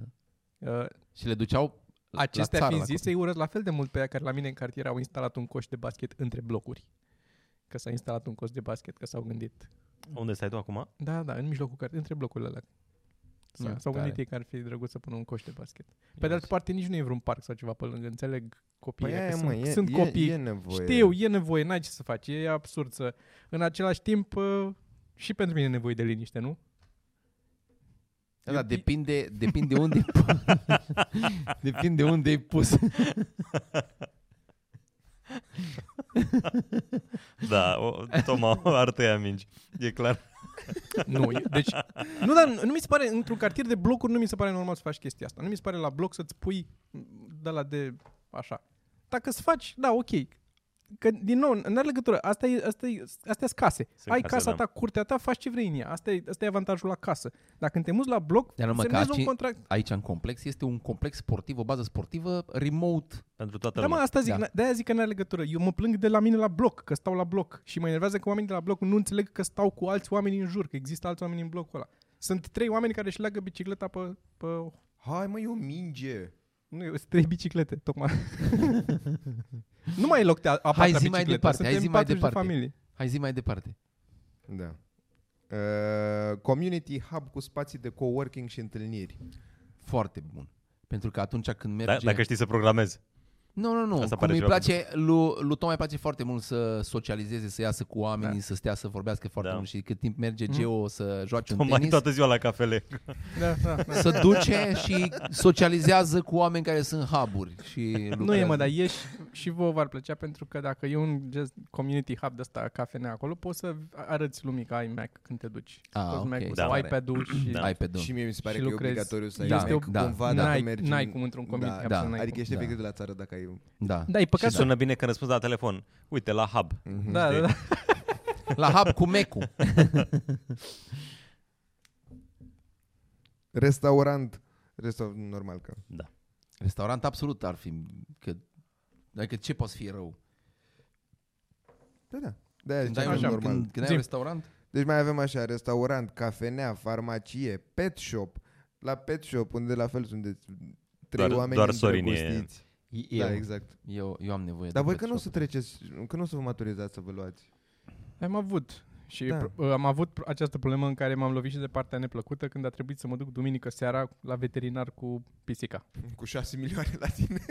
S3: da.
S1: Uh,
S3: Și le duceau la-
S1: acestea
S3: la țară,
S1: fiind
S3: la
S1: zise, îi urăsc la fel de mult pe ea care la mine în cartier au instalat un coș de basket între blocuri. Că s-a instalat un coș de basket, că s-au gândit.
S2: Unde stai tu acum?
S1: Da, da, în mijlocul cartier, între blocurile alea. S-a-
S3: Da,
S1: S-au gândit
S3: tare.
S1: ei că ar fi drăguț să pună un coș de basket. Pe de altă parte, nici nu e vreun parc sau ceva pe lângă. Înțeleg copiii.
S5: Păi
S1: că
S5: aia,
S1: sunt,
S5: mă, e,
S1: sunt
S5: e,
S1: copii
S5: e nevoie.
S1: Știu, e nevoie, n-ai ce să faci, e absurd să... În același timp, uh, și pentru mine e nevoie de liniște, nu?
S3: Da, da, depinde, depinde unde e pus. depinde unde e pus.
S2: Da, o, Toma ar tăia mingi. E clar.
S1: Nu, e- deci... Nu, dar nu mi se pare, într-un cartier de blocuri, nu mi se pare normal să faci chestia asta. Nu mi se pare la bloc să-ți pui de la de așa. Dacă îți faci, da, ok. Că, din nou, n-are legătură. Asta e, asta e, astea sunt case.
S2: Sunt
S1: Ai
S2: case,
S1: casa
S2: da.
S1: ta, curtea ta, faci ce vrei în ea. Asta e, asta e avantajul la casă. Dacă când te muți la bloc,
S3: Dar nu mă, că
S1: semnezi un
S3: aici-
S1: contract.
S3: Aici, în complex, este un complex sportiv, o bază sportivă, remote.
S2: Pentru toată
S1: Da, mă,
S2: lumea.
S1: asta zic,
S3: Da.
S1: da. de-aia zic că n-are legătură. Eu mă plâng de la mine la bloc, că stau la bloc și mă enervează că oamenii de la bloc nu înțeleg că stau cu alți oameni în jur, că există alți oameni în blocul ăla. Sunt trei oameni care își leagă bicicleta pe... pe
S4: Hai mă, e o minge.
S1: nu, sunt trei biciclete, tocmai. nu mai e loc de a, a
S3: Hai,
S1: patra
S3: zi mai
S1: bicicletă.
S3: departe, hai,
S1: Suntem
S3: zi mai
S1: 40
S3: departe.
S1: De familii.
S3: Hai zi mai departe.
S4: Da. Uh, community hub cu spații de coworking și întâlniri.
S3: Foarte bun. Pentru că atunci când
S2: Da,
S3: merge...
S2: dacă știi să programezi.
S3: Nu, nu, nu.
S2: Asta
S3: Cum
S2: pare
S3: îi
S2: ceva
S3: place, lui, lui Tom îi place foarte mult să socializeze, să iasă cu oamenii, da. să stea să vorbească foarte da.
S2: Da.
S3: mult și cât timp merge Geo să joace un
S2: Mai
S3: tenis,
S2: toată ziua la cafele.
S1: Da, da.
S3: să duce și socializează cu oameni care sunt hub-uri. Și
S1: Nu e,
S3: lucrează.
S1: mă, dar e și, și vouă v-ar plăcea pentru că dacă e un gest community hub de ăsta, cafenea acolo, poți să arăți lumii că ai Mac când te duci.
S3: Ah,
S1: Toți
S3: ok.
S1: Mac-ul
S2: Da,
S1: sau
S3: mare.
S1: iPad-ul și...
S2: Da.
S3: Ai pe drum.
S4: Și mie mi se pare
S1: Și
S4: că
S1: lucrezi.
S4: e obligatoriu să ai
S1: Da.
S4: Mac
S3: Da.
S4: cumva
S1: N-ai-
S4: dacă mergi
S1: n-ai
S4: în-
S1: cum într-un community
S4: da,
S1: hub
S4: da.
S1: să n-ai
S4: Adică
S1: cum.
S4: ești efectiv
S3: Da.
S4: de la țară dacă ai
S3: Da.
S1: Da, e păcat
S2: Și sună bine când răspunzi la telefon. Uite, la hub.
S1: Da, da, da.
S3: La hub cu mecu.
S4: restaurant. Restaurant normal că.
S3: Restaurant absolut ar fi. Că, adică ce poate fi rău?
S4: Da, da. Da,
S3: Când ai, un,
S1: Deci, așa,
S4: normal.
S3: când, când ai
S1: Zi.
S3: un restaurant?
S4: Deci mai avem așa, restaurant, cafenea, farmacie, pet shop. La pet shop, unde la fel sunt de trei
S2: Doar-
S4: oameni
S2: doar Sorin e-
S4: îndrăgostiți.
S3: Eu,
S4: Da, exact.
S3: eu, eu am nevoie
S4: Dar
S3: de
S4: voi
S3: pet
S4: că nu o
S3: shop.
S4: să treceți, că nu o să vă maturizați să vă luați.
S1: da. Am avut. Și
S4: Da.
S1: da. pro- am avut pro- această problemă în care m-am lovit și de partea neplăcută când a trebuit să mă duc duminică seara la veterinar cu pisica.
S4: Cu 6 milioane la tine.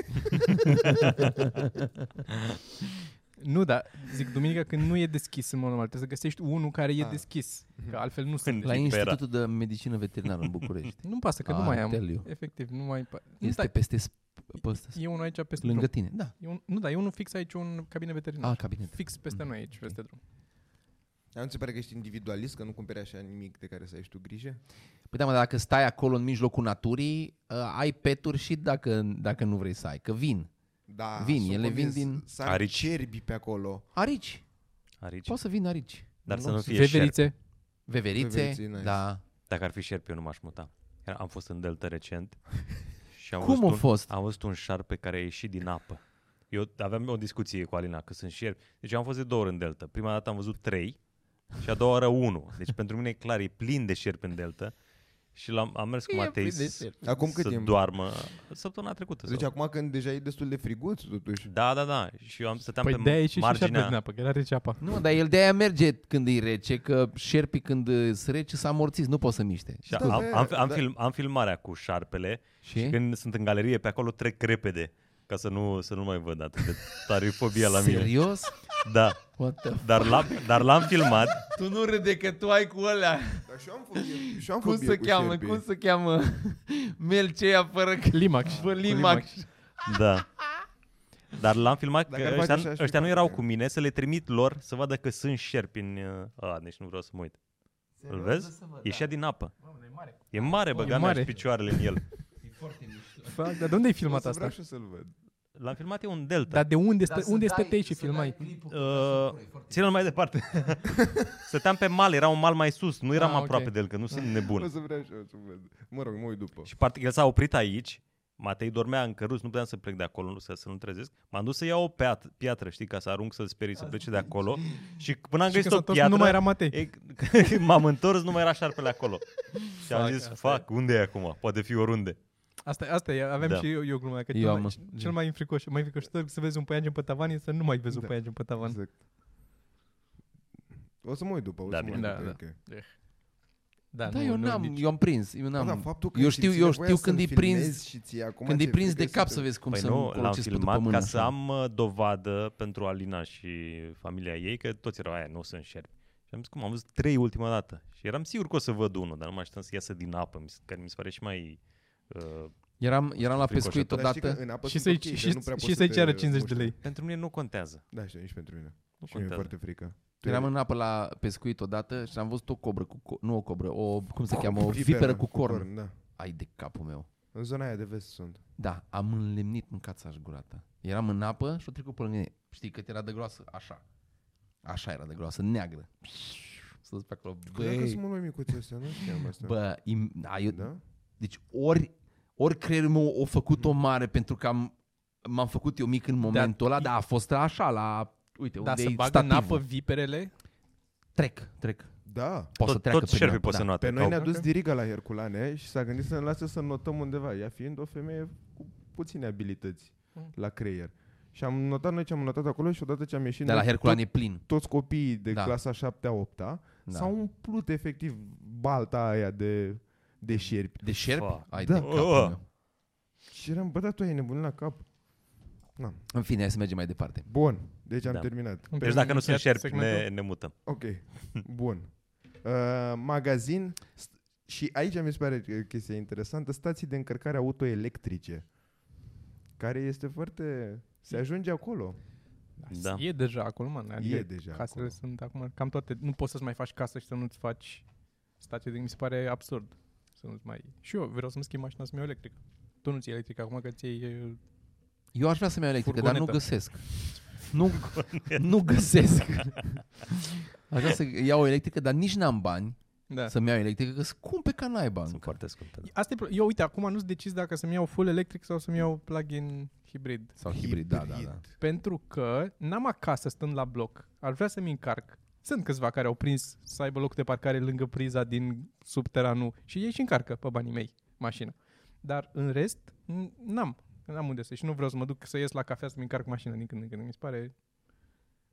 S1: Nu, dar zic duminică când nu e deschis în mod normal. Trebuie să găsești unul care e
S4: Ah.
S1: deschis, că altfel nu
S2: Când
S1: sunt.
S3: La
S2: Libera.
S3: Institutul de Medicină Veterinară în București.
S1: Nu-mi pasă, că
S3: Ah,
S1: nu mai am.
S3: tell you.
S1: Efectiv, nu mai... pa- Nu,
S2: Da.
S3: Este
S1: dar
S3: peste sp- pe ăsta,
S1: e unul aici peste
S3: lângă
S1: drum.
S3: tine. Da.
S1: E un, nu, dar e unul fix aici, un cabinet veterinar.
S4: Ah,
S3: A, cabinet.
S1: Fix peste
S3: Mm,
S1: noi aici,
S3: ok.
S1: peste drum.
S4: Dar nu ți se pare că ești individualist, că nu cumperi așa nimic de care să ai și tu grijă?
S3: Păi da, mă, dacă stai acolo în mijlocul naturii, uh, ai peturi și dacă, dacă nu vrei să ai, că vin.
S4: Da,
S3: Vin,
S4: sunt
S3: ele vin
S4: convins,
S3: din-
S4: să ai
S2: Arici.
S4: cerbi pe acolo.
S3: Arici.
S2: Arici.
S3: Poți să vin arici.
S2: Dar să nu fie șerp.
S1: Veverițe.
S3: Veverițe,
S4: Veverițe, nice.
S3: da.
S2: Dacă ar fi șerp, eu nu m-aș muta. Chiar Am fost în delta recent și am
S3: Cum
S2: văzut
S3: a
S2: un,
S3: fost?
S2: Am văzut un șarpe care a ieșit din apă. Eu aveam o discuție cu Alina că sunt șerpi. Deci am fost de două ori în delta. Prima dată am văzut trei și a doua oară unul. Deci pentru mine e clar, e plin de șerpi în delta. Și l-am, am mers cu Matei să,
S4: Acum cât
S2: să
S4: timp?
S2: doarmă săptămâna trecută.
S4: Deci
S2: sau-
S4: acum când deja e destul de friguț totuși.
S2: Da, da, da. Și eu am, stăteam
S1: Păi de-aia
S2: pe
S1: e și șarpe din
S2: marginea...
S1: apă, că era rece apa.
S3: Nu, mă, dar el de-aia merge când e rece, că șerpii când uh, sunt rece s-a amorțit, nu poți să miște.
S2: Și
S4: Da,
S2: am, am, am,
S4: da.
S2: film, am filmarea cu șarpele
S3: Și?
S2: și când sunt în galerie pe acolo trec repede ca să nu, să nu mai văd atât de tare e fobia la mine.
S3: Serios?
S2: Da.
S3: What the f-
S2: Dar l-am, dar l-am filmat.
S3: tu nu râde că tu ai cu ăla.
S4: Dar și eu am fobie, și eu am
S3: Cum
S4: fobie
S3: se
S4: cu
S3: cheamă?
S4: șerpi.
S3: Cum se cheamă? Melceia fără că...
S1: Limax.
S3: Bă,
S1: Cu
S3: Limax.
S2: Da. Dar l-am filmat
S4: Dacă
S2: că
S4: ar face așa,
S2: ăștia,
S4: aș fi
S2: ăștia nu
S4: făcut
S2: erau
S4: eu.
S2: cu mine, să le trimit lor să vadă că sunt șerpi în... uh, A, deci nu vreau să mă uit. Îl vezi? Ieșea din apă. E mare, băga mea
S1: mare.
S2: și picioarele în el.
S1: Fac, dar de unde ai
S4: O
S1: filmat
S4: să
S1: asta?
S4: vreau și eu să-l văd.
S2: L-am filmat eu un delta.
S1: Dar de unde, stă,
S2: Da,
S1: unde stăteai și filmai?
S3: Da.
S2: Uh, Ține-l mai departe. Stăteam pe mal, era un mal mai sus, nu eram
S1: Ah, ok.
S2: aproape de el, că nu sunt nebun.
S4: O să vreau și eu să văd. Mă rog, mă uit după.
S2: Și partic- el s-a oprit aici, Matei dormea în căruț, nu puteam să plec de acolo, nu, să, să nu trezesc. M-am dus să iau o peat- piatră, știi, ca să arunc să-l sperii, să plece de acolo. Și până am
S1: Și că
S2: găsit o
S1: s-a întors,
S2: piatră,
S1: nu mai era Matei.
S2: e, m-am întors, nu mai era șarpele acolo. Și am zis, fac, unde e acum? Poate fi oriunde.
S1: Asta, asta e, aveam
S2: Da.
S1: da. și eu, eu glumea, că
S3: Eu
S1: cel,
S3: am-
S1: mai, cel mai înfricoș, mai înfricoșător să vezi un păianjen pe tavan e să nu mai vezi un
S4: Da.
S1: păianjen pe tavan.
S4: Exact. O să mă uit după, o
S2: Da,
S4: să mă uit
S1: bine.
S4: după,
S1: Da,
S4: ok.
S3: Da, eu n-am, eu am prins, eu
S4: Da,
S3: n-am.
S4: da, faptul că
S3: eu
S4: ți
S3: știu,
S4: ține
S3: eu știu
S4: voia să-l
S3: când e
S4: filmezi
S3: prins,
S4: și ție acum
S3: când e
S4: ce
S3: prins de
S4: frică
S3: cap
S4: este.
S3: să vezi cum
S2: Păi
S3: să
S2: nu, l-am
S3: colocesc pe după
S2: filmat
S3: mână.
S2: ca
S3: așa.
S2: să am uh, dovadă pentru Alina și familia ei că toți erau aia, nu sunt șerpi. Și am zis, cum, am văzut trei ultima dată. Și eram sigur că o să văd unul, dar nu mă așteptam să iasă din apă, mi se- care mi se pare și mai... Uh,
S3: Eram, eram la pescuit
S2: fricoșător.
S4: Dar știi că
S3: odată.
S4: în apă
S1: Și
S4: sunt
S1: să-i,
S4: ok,
S1: și,
S4: că nu prea
S1: și
S4: poți
S1: să-i
S4: te
S1: ceară 50 de
S4: muști.
S1: lei.
S2: pentru mine nu contează.
S4: Da, și nici pentru mine.
S2: Nu
S4: Și mi-e
S2: contează.
S4: foarte frică.
S3: Eram în apă la pescuit odată și am văzut o cobră cu co- nu o cobră, o cum se cheamă, o viperă cu corn.
S4: da.
S3: Ai de capul meu.
S4: În zona aia de vest sunt.
S3: Da, am înlemnit mâncața aș gura ta. Eram în apă și o trecut pe lângă mine. Știi cât era de groasă? Așa. Așa era de groasă, neagră. Să pe acolo.
S4: Băi. că sunt
S3: Băi,
S4: mult mai micuți ăstea, nu știam asta.
S3: bă, im, da, eu,
S4: Da?
S3: deci ori, ori creierul meu a făcut-o mare pentru că am, m-am făcut eu mic în momentul ăla, dar a fost așa, la, uite,
S1: Da,
S3: unde
S1: să
S3: e
S1: bagă în
S3: stativul.
S1: apă viperele?
S3: Trec, trec.
S4: Da.
S3: Poate să
S2: tot,
S3: treacă
S2: tot
S3: pe,
S2: șerpii
S3: neapă,
S2: pot să
S3: da.
S2: noate.
S4: Pe noi
S2: ca-
S4: ne-a dus Diriga la Herculane și s-a gândit să ne lase să notăm undeva, ea fiind o femeie cu puține abilități
S1: Mm.
S4: la creier. Și am notat noi ce am notat acolo și odată ce am ieșit
S3: Dar la
S4: noi,
S3: Herculane e plin.
S4: toți copiii de
S3: Da.
S4: da. clasa 7-a, 8-a
S3: Da.
S4: da. s-au umplut efectiv balta aia de, de șerpi.
S3: De șerpi?
S2: Fuck.
S3: Ai
S4: Da.
S3: de capul meu.
S4: Și eram, bă, da, tu ai nebunit la cap.
S3: În fine, hai să mergem mai departe.
S4: Bun, deci am
S2: Da.
S4: da. terminat.
S1: Deci
S2: Deci dacă nu sunt
S1: Încheiat
S2: șerpi, ne,
S1: segmentul?
S2: ne mutăm.
S4: Ok, bun. Uh, magazin st- și aici mi se pare uh, chestia interesantă, stații de încărcare autoelectrice, care este foarte... Se ajunge acolo.
S2: Da.
S1: E deja acolo, mă. Adică
S4: E deja
S1: Casele
S4: acolo.
S1: sunt acum cam toate. Nu poți să-ți mai faci casă și să nu-ți faci stație. de- Mi se pare absurd să nu-ți mai... Și eu vreau să-mi schimb mașina să-mi iau electrică. Tu nu-ți iei electrică acum că ți-ai... e,
S3: Eu aș vrea să-mi iau electrică, dar nu
S1: Furgonetă.
S3: găsesc. Nu, nu găsesc. Aș vrea să iau o electrică, dar nici n-am bani
S1: Da.
S3: să-mi iau electrică, că scumpe ca naiba.
S2: Sunt foarte scumpe. da.
S1: Asta e, pro- eu, uite, acum nu-ți decis dacă să-mi iau full electric sau să-mi iau plug-in hibrid.
S3: Sau hibrid, da, da, da.
S1: Pentru că n-am acasă stând la bloc. Ar vrea să-mi încarc. Sunt câțiva care au prins să aibă loc de parcare lângă priza din subteranul și ei și încarcă pe banii mei mașina. Dar în rest, n- n-am. N-am unde să și nu vreau să mă duc să ies la cafea să-mi încarc mașina din când în când. Mi se pare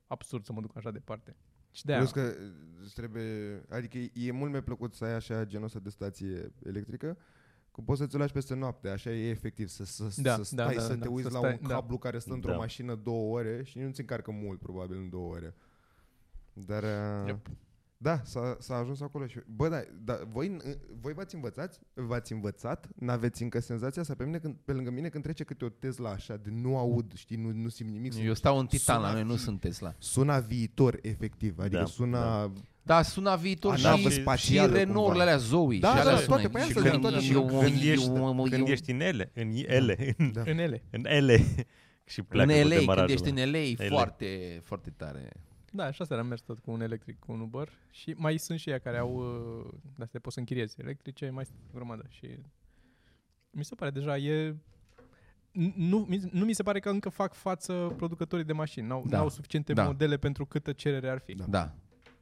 S1: absurd să mă duc așa departe. Și de
S4: Da.
S1: aia,
S4: Plus că îți trebuie, adică e- e mult mai plăcut să ai așa genul ăsta de stație electrică, că poți să-ți o lași peste noapte, așa e efectiv, să, să,
S1: Da,
S4: da, să
S1: da,
S4: stai, da,
S1: da,
S4: să
S1: da,
S4: te uiți
S1: să
S4: la
S1: stai-
S4: un
S1: da.
S4: cablu care stă într-o
S2: Da.
S4: mașină două ore și nu-ți încarcă mult, probabil, în două ore. Dar... uh,
S1: Yep.
S4: Da, s-a, s-a ajuns acolo și... Bă, da, da voi, în- voi v-ați învățat? V-ați învățat? N-aveți încă senzația asta? Pe, mine, când, pe lângă mine când trece câte o Tesla așa, de nu aud, știi, nu, nu simt nimic.
S3: Eu stau în Titan, la
S4: Sună
S3: noi nu
S4: fi-
S3: sunt Tesla.
S4: Suna viitor, efectiv. Adică
S2: Da,
S4: da, suna...
S3: Dar suna viitor
S4: A navă
S3: și, și
S4: spațială,
S3: Renault-urile
S4: cumva.
S3: alea Zoe.
S4: Da,
S3: și
S4: da,
S3: alea
S4: da,
S3: sună.
S4: toate pe aia
S3: Și
S4: sunt,
S3: când-
S4: toate
S3: și
S4: sunt.
S2: Când
S3: eu- eu-
S2: ești,
S3: eu-
S2: când
S3: eu-
S2: ești în ele, în ele, în,
S4: Da.
S1: în ele.
S2: în ele și pleacă
S3: în
S2: cu
S3: LA, când
S2: demarajul.
S3: ești în LA,
S2: LA.
S3: foarte, foarte tare.
S1: Da, așa seara am mers tot cu un electric, cu un Uber și mai sunt și ea care au, uh, de astea poți să închiriezi electrice, mai sunt o grămadă și mi se pare deja e... n- Nu, mi- nu mi se pare că încă fac față producătorii de mașini. N-au,
S3: Da,
S1: da. n-au suficiente
S3: da.
S1: da. modele pentru câtă cerere ar fi. Da.
S4: Da.
S3: Da.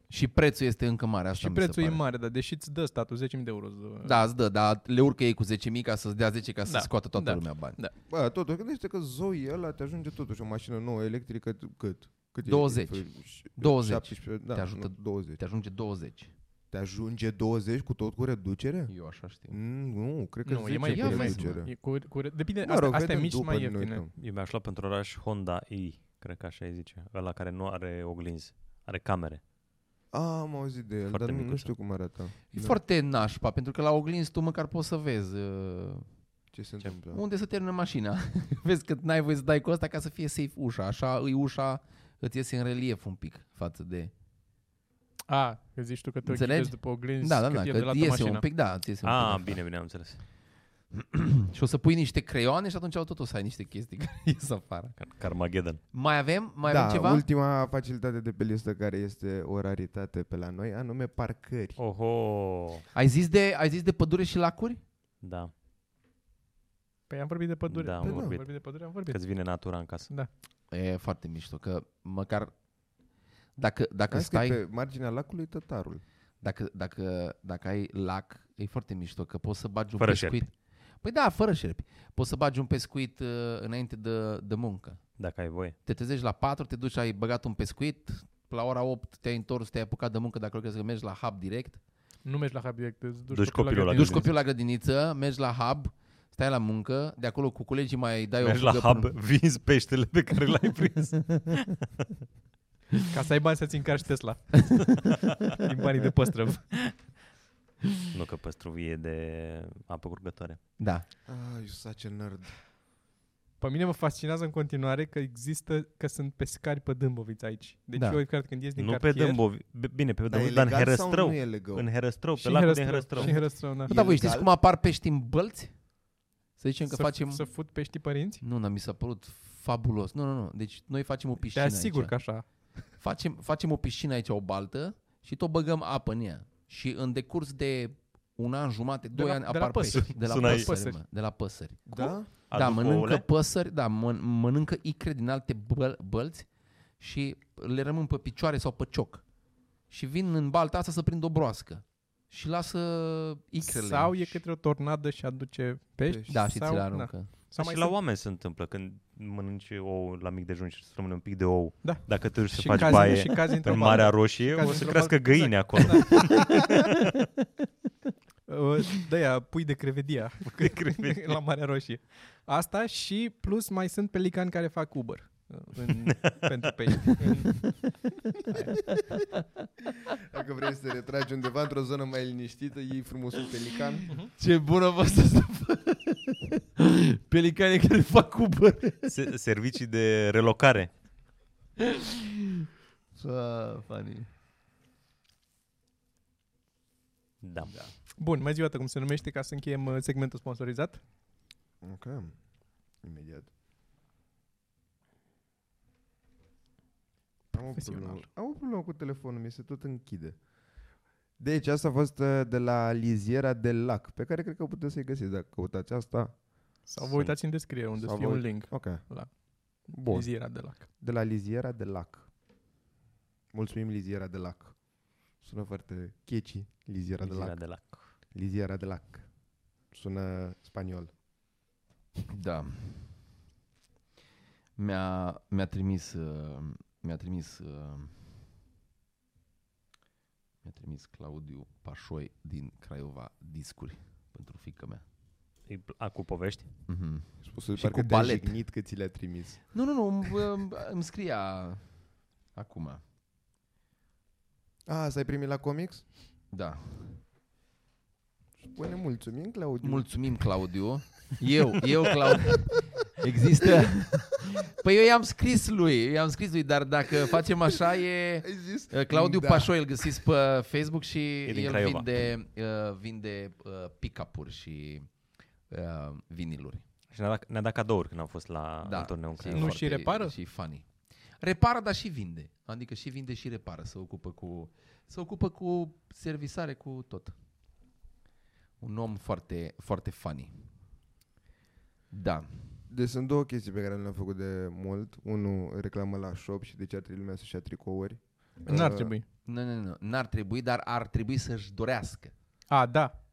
S3: Și prețul este încă mare, asta
S1: Și
S3: mi se
S1: prețul e
S3: pare.
S1: mare, dar deși îți dă statul 10.000 de euro. zi-
S3: Da, îți dă, dar le urcă ei cu 10.000 ca să-ți dea 10 ca să
S1: Da,
S3: scoată toată
S1: da.
S3: lumea bani.
S4: Bă, totuși, gândește că Zoe ăla te ajunge totuși o mașină nouă electrică, t- cât? cât
S3: 20.
S4: E?
S3: 20.
S4: 17, da,
S3: Te ajută-
S4: nu, 20.
S3: Te ajunge 20.
S4: Te ajunge 20 cu tot cu reducere?
S3: Eu așa știu.
S4: Mm, nu, cred că
S1: Nu, e mai
S4: e
S3: ia
S4: cu
S1: ieftin.
S3: vezi,
S4: reducere.
S1: E cu, cu, depinde, mă
S4: Mă rog,
S1: rog, astea
S4: vedem
S1: mici
S4: după,
S1: mai
S4: ne
S1: ieftine.
S4: uităm.
S2: Eu mi-aș lua pentru oraș Honda E, cred că așa îi zice, ăla care nu are oglinzi, are camere.
S4: A, am auzit de el,
S2: Foarte
S4: dar nu, nu
S2: micuță.
S4: știu cum arată.
S3: E
S4: Da.
S3: foarte nașpa, pentru că la oglinzi tu măcar poți să vezi uh,
S4: Ce se
S2: Ce-
S4: întâmplă?
S3: unde să termină mașina. vezi că n-ai voie să dai cu asta ca să fie safe ușa. Așa îi ușa îți iese în relief un pic față de...
S1: A, că zici tu că te
S3: Înțelegi?
S1: ochitezi după oglinzi
S3: Da, da, da,
S1: cât e de
S3: că
S1: la
S3: îți
S1: ta
S3: iese
S1: mașina.
S3: un pic, da, îți iese un pic.
S2: Ah,
S3: așa.
S2: bine, bine, am înțeles.
S3: Și o să pui niște creioane și atunci tot o să ai niște chestii care ies afară.
S2: Car- Carmageddon.
S3: Mai avem? Mai
S4: da,
S3: avem ceva?
S4: ultima facilitate de pe listă care este o raritate pe la noi, anume parcări.
S2: Oho,
S3: Ai zis, de, ai zis de pădure și lacuri?
S2: da,
S1: Păi am vorbit de pădure.
S2: Da, am
S1: Păi nu,
S2: vorbit.
S1: am vorbit de pădure, am vorbit.
S2: că-ți vine natura în casă.
S3: E foarte mișto, că măcar dacă, dacă
S4: Hai că
S3: stai,
S4: e pe marginea lacului tătarul.
S3: dacă, dacă, dacă ai lac, e foarte mișto, că poți să bagi un
S2: Fără
S3: pescuit. Păi da, fără șerpi. Poți să bagi un pescuit uh, înainte de, de muncă.
S2: Dacă ai voie.
S3: Te trezești la 4, te duci, ai băgat un pescuit, la ora 8 te-ai întors, te-ai apucat de muncă, dacă crezi că mergi la hub direct.
S1: Nu mergi la hub direct, îți duci,
S2: Duci
S1: copilul
S2: copilul la
S1: la
S3: Duci
S1: grădiniță.
S3: copilul la grădiniță, mergi la hub, stai la muncă, de acolo cu colegii mai dai
S2: Mergi
S3: o
S2: la
S3: fugă
S2: hub,
S3: până-
S2: vinzi peștele pe care l-ai prins.
S1: Ca să ai bani să-ți încarci Tesla. Din banii de păstrăv.
S2: nu că păstruvie de apă curgătoare.
S3: Da.
S4: Ah, you such a nerd.
S1: Pe mine mă fascinează în continuare că există, că sunt pescari pe Dâmbovița aici. Deci
S3: Da.
S1: da. eu cred când ies din
S2: nu
S1: cartier...
S2: pe Dâmbovi, b- bine, pe
S4: Dar e
S2: Dâmbovi, dar în
S4: legal sau
S2: Herăstrău.
S4: nu e legal?
S2: În Herăstrău,
S1: Și
S2: pe
S1: în
S2: lacul din Herăstrău.
S1: Herăstrău. Și în Herăstrău, da.
S3: Bă, dar voi
S4: E
S3: știți
S4: legal?
S3: cum apar pești în bălți? Să zicem că
S1: să,
S3: facem...
S1: Să fut peștii părinți?
S3: Nu, dar mi s-a părut fabulos. Nu, nu, nu. Deci noi facem o
S1: Te
S3: piscină
S1: asigur
S3: aici.
S1: că așa.
S3: Facem, facem o piscină aici, o baltă și tot băgăm apă în ea. Și în decurs de un an jumate, doi
S1: la-
S3: ani
S1: de la
S3: apar
S1: păsări.
S3: pești. De la
S2: Sunai-
S3: păsări,
S1: Păsări.
S3: mă, De la păsări.
S4: Da?
S3: da,
S2: Aduc
S3: mănâncă
S2: ouăle?
S3: păsări, da, mân- mănâncă icre din alte băl- bălți și le rămân pe picioare sau pe cioc. și vin în balta asta să prind o broască și lasă icrele.
S1: Sau e către o tornadă și aduce pești.
S5: Pești.
S3: Da, și
S1: sau,
S3: ți le
S1: da.
S3: aruncă.
S1: Sau
S2: și
S1: mai
S2: la
S1: sunt-
S2: oameni se întâmplă când mănânci ou la mic dejun și îți rămâne un pic de ou.
S1: Da.
S2: Dacă te duci să
S1: și
S2: faci
S1: cazi,
S2: baie
S1: și cazi într-o
S2: în
S1: baltă.
S2: Marea Roșie,
S1: cazi
S2: o să
S1: într-o
S2: crească
S1: baltă,
S2: găini
S1: exact.
S2: acolo.
S1: Da, ea, pui de crevedia
S2: De crevedia.
S1: la Marea Roșie. Asta și plus mai sunt pelicani care fac Uber uh, în, pentru pești. În,
S5: Dacă vrei să te retragi undeva într-o zonă mai liniștită, iei frumosul pelican.
S3: Ce bună vă să Pelicane care fac Uber.
S2: Se- Servicii de relocare.
S3: Ah, funny.
S2: Da. da.
S1: Bun, mai zi o dată cum se numește ca să încheiem uh, segmentul sponsorizat.
S5: Ok. Imediat.
S4: Am o problemă,
S1: Profesional.
S4: am o problemă cu telefonul, mi se tot închide.
S5: Deci asta a fost uh, de la Liziera del Lac, pe care cred că puteți să-i găsiți dacă căutați asta.
S1: Sau vă
S2: Sunt.
S1: uitați în descriere unde
S5: Sau
S1: scrie
S5: vă
S1: un
S5: uit-
S1: link.
S5: Ok.
S1: La
S5: Bun.
S1: Liziera de lac.
S4: Uh,
S5: De la Liziera del Lac. Mulțumim Liziera del Lac. Sună foarte catchy, Liziera, Liziera de
S2: Liziera
S5: Lac.
S2: de lac.
S5: Liziera del Lac. Sună spaniol.
S3: Da. Mi-a, mi-a trimis uh, mi-a trimis uh, mi-a trimis Claudiu Pașoi din Craiova discuri pentru fică mea.
S2: Îi pl- A, cu povești?
S3: Mm-hmm.
S5: Spus
S3: Și cu balet.
S5: jignit că ți le-a trimis.
S3: Nu, nu, nu, îmi, îmi- îmi scria acum.
S5: A, s-ai primit la comics?
S3: Da.
S5: Spune mulțumim, Claudiu.
S3: Mulțumim, Claudiu. Eu, eu, Claudiu. Există... Păi eu i-am scris lui, eu i-am scris lui, dar dacă facem așa e...
S5: Ai zis?
S3: Claudiu da.
S5: Da.
S3: Pașoi îl găsiți pe Facebook și
S2: din
S3: el
S2: Craiova.
S3: vinde, uh, vinde uh, pick-up-uri și uh, viniluri.
S2: Și ne-a dat, ne-a dat cadouri când am fost la
S3: Da.
S2: da. turneul în
S3: Și
S2: Craiova.
S1: Nu
S3: foarte-
S1: și repară?
S3: Și funny. Repară, dar și vinde. Adică și vinde și repară. Se ocupă cu, se ocupă cu servisare, cu tot. Un om foarte, foarte funny. Da.
S5: Deci sunt două chestii pe care nu le-am făcut de mult. Unul, reclamă la shop și de ce ar trebui lumea să-și ia tricouri.
S1: N-ar
S5: Uh,
S1: trebui.
S3: Nu, nu, nu. N-ar trebui, dar ar trebui să-și dorească.
S1: A, da.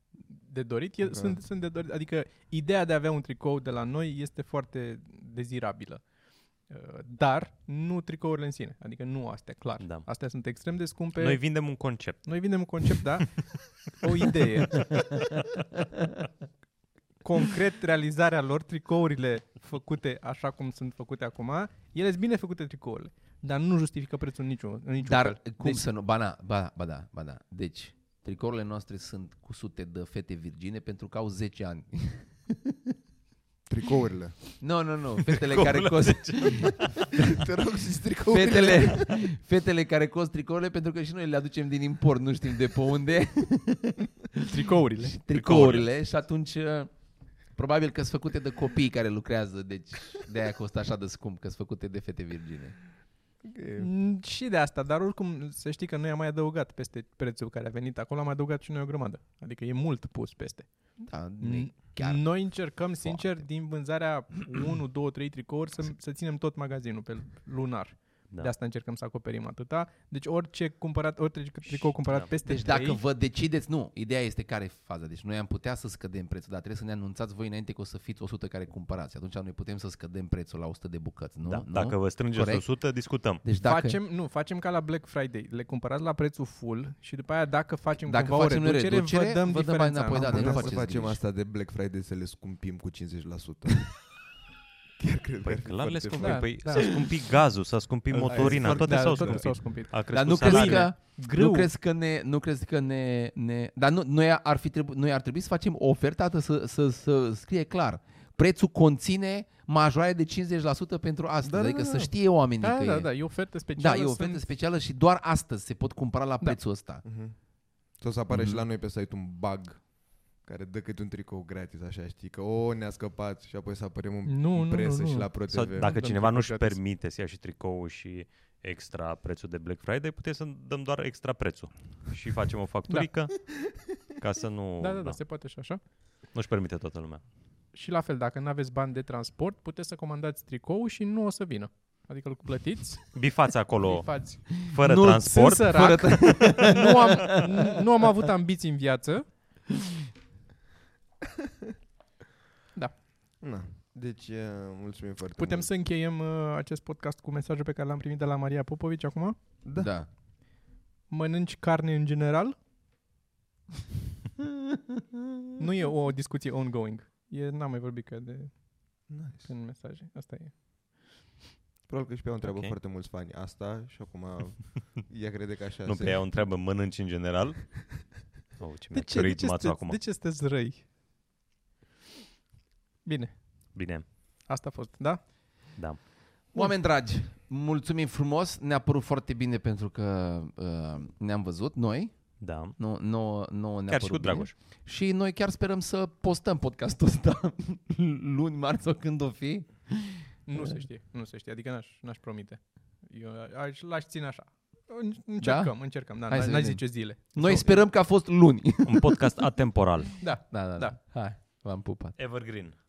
S1: De dorit? E, sunt, sunt de dorit. Adică ideea de a avea un tricou de la noi este foarte dezirabilă. Uh, Dar nu tricourile în sine. Adică nu astea, clar.
S2: Da.
S1: Astea sunt extrem de scumpe.
S2: Noi vindem un concept.
S1: Noi vindem un concept, da? O idee. Concret, realizarea lor, tricourile făcute așa cum sunt făcute acum, ele sunt bine făcute tricourile, dar nu justifică prețul niciun, în niciun
S3: Dar
S1: fel.
S3: cum
S1: Deci,
S3: să nu? Ba, na, ba, ba da, ba da. Deci, tricourile noastre sunt cu sute de fete virgine pentru că au 10 ani.
S5: Tricourile.
S3: Nu, nu, nu. Fetele care costă
S5: Te rog să-ți tricourile.
S3: fetele, fetele care costă tricourile pentru că și noi le aducem din import, nu știm de pe unde,
S1: tricourile.
S3: și tricourile și atunci uh, probabil că sunt făcute de copii care lucrează, deci de aia costă așa de scump, că sunt făcute de fete virgine.
S1: Mm, Și de asta, dar oricum să știi că noi am mai adăugat peste prețul care a venit acolo, am adăugat și noi o grămadă. Adică e mult pus peste.
S3: Da, nu e chiar.
S1: Chiar noi încercăm, sincer, din vânzarea 1, 2, 3 tricouri să, să ținem tot magazinul pe lunar. Da.
S2: Da.
S1: De asta încercăm să acoperim atâta. Deci orice cumpărat, orice tricou cumpărat
S2: da.
S1: peste
S3: Deci
S1: 3,
S3: dacă vă decideți, nu, ideea este care e faza. Deci noi am putea să scădem prețul, dar trebuie să ne anunțați voi înainte că o să fiți 100 care cumpărați. Atunci noi putem să scădem prețul la 100 de bucăți, nu?
S2: Da.
S3: nu?
S2: Dacă vă strângeți
S3: Corect.
S2: 100, discutăm.
S3: deci dacă,
S1: facem, nu, facem ca la Black Friday. Le cumpărați la prețul full și după aia dacă facem
S3: Dacă
S1: cumva
S3: facem
S1: o
S3: noi
S1: reducere,
S3: reducere,
S1: vă dăm
S3: vă dăm mai
S1: diferența.
S3: înapoi,
S1: nu?
S3: da,
S5: Am
S3: de nu
S5: putea să
S3: faceți
S5: facem
S3: griji.
S5: asta de Black Friday să le scumpim cu 50%. Chiar cred că ar
S2: Păi
S5: fi
S2: clar le
S5: foarte
S2: scumpim.
S1: fain.
S2: Păi
S1: Da,
S2: s-a scumpit gazul, s-a scumpit motorina, toate
S1: da,
S2: s-au
S1: toate s-au
S2: scumpit.
S1: scumpit.
S2: A
S3: Dar
S2: crescut
S3: nu crezi
S2: salariile.
S3: că,
S1: Grâu.
S3: nu crezi că ne, nu crezi că ne, ne dar nu, noi ar fi trebu- noi ar trebui să facem o ofertă atât să, să, să scrie clar. Prețul conține majorare de 50% pentru asta,
S1: Da,
S3: da,
S1: da,
S3: adică
S1: da,
S3: da,
S1: da.
S3: să știe oamenii
S1: Da,
S3: că
S1: da,
S3: e.
S1: da, e ofertă specială.
S3: da, e o ofertă
S1: sunt-
S3: specială și doar astăzi se pot cumpăra la
S1: Da.
S3: prețul ăsta.
S5: Mhm. Sau să apară și la noi pe site un bug care dă câte un tricou gratis, așa știi, că o, ne-a scăpat și apoi să apărăm în
S1: Nu, nu,
S5: în
S1: nu,
S5: presă
S1: nu.
S5: și la ProTV.
S2: Sau dacă
S1: Dăm
S2: cineva nu-și
S1: tricou gratis.
S2: permite să ia și tricou și extra prețul de Black Friday, putem să dăm doar extra prețul. Și facem o facturică ca să nu...
S1: Da, da, da, se poate și așa.
S2: Nu-și permite toată lumea.
S1: Și la fel, dacă nu aveți bani de transport, puteți să comandați tricou și nu o să vină. Adică îl plătiți,
S2: Bifați acolo
S1: îi fați.
S2: fără
S1: nu,
S2: transport.
S1: Sunt sărac, fără nu, am, nu am avut ambiții în viață.
S4: Na. Deci, uh, mulțumim foarte
S1: Putem
S4: mult.
S1: să încheiem uh, acest podcast cu mesajul pe care l-am primit de la Maria Popovici acum.
S3: Da. da.
S1: Mănânci carne în general? nu e o discuție ongoing. E, n-am mai vorbit că de
S4: Nice.
S1: în mesaje. Asta e.
S4: Probabil că și pe ea o întreabă
S2: Ok.
S4: okay. foarte mulți fani asta și acum ea crede că așa
S2: Nu,
S4: se...
S2: pe ea o întreabă, mănânci în general? Oh, ce mi-a
S1: de,
S2: ciurit
S1: ce
S2: mațul
S1: sunteți,
S2: acum.
S1: de ce sunteți răi? Bine,
S2: Bine,
S1: asta a fost, da?
S2: da.
S3: Oameni dragi, mulțumim frumos, ne-a părut foarte bine pentru că uh, ne-am văzut noi,
S2: Da.
S3: nu, nu, nu ne-a
S2: Chiar și
S3: părut
S2: cu
S3: bine.
S2: Dragoș.
S3: Și noi chiar sperăm să postăm podcastul ăsta luni, marți sau când o fi.
S1: Nu
S3: Da.
S1: se știe, nu se știe. Adică n-aș, n-aș promite. Eu aș, l-aș ține așa. În- Încercăm, da? încercăm. Da,
S3: Hai să
S1: n- n-aș
S3: vedem.
S1: zice zile.
S3: Noi
S1: Sau-
S3: sperăm că a fost luni.
S2: Un podcast atemporal.
S1: Da.
S3: Da, da, da.
S1: Da.
S3: Hai, v-am pupat.
S2: Evergreen.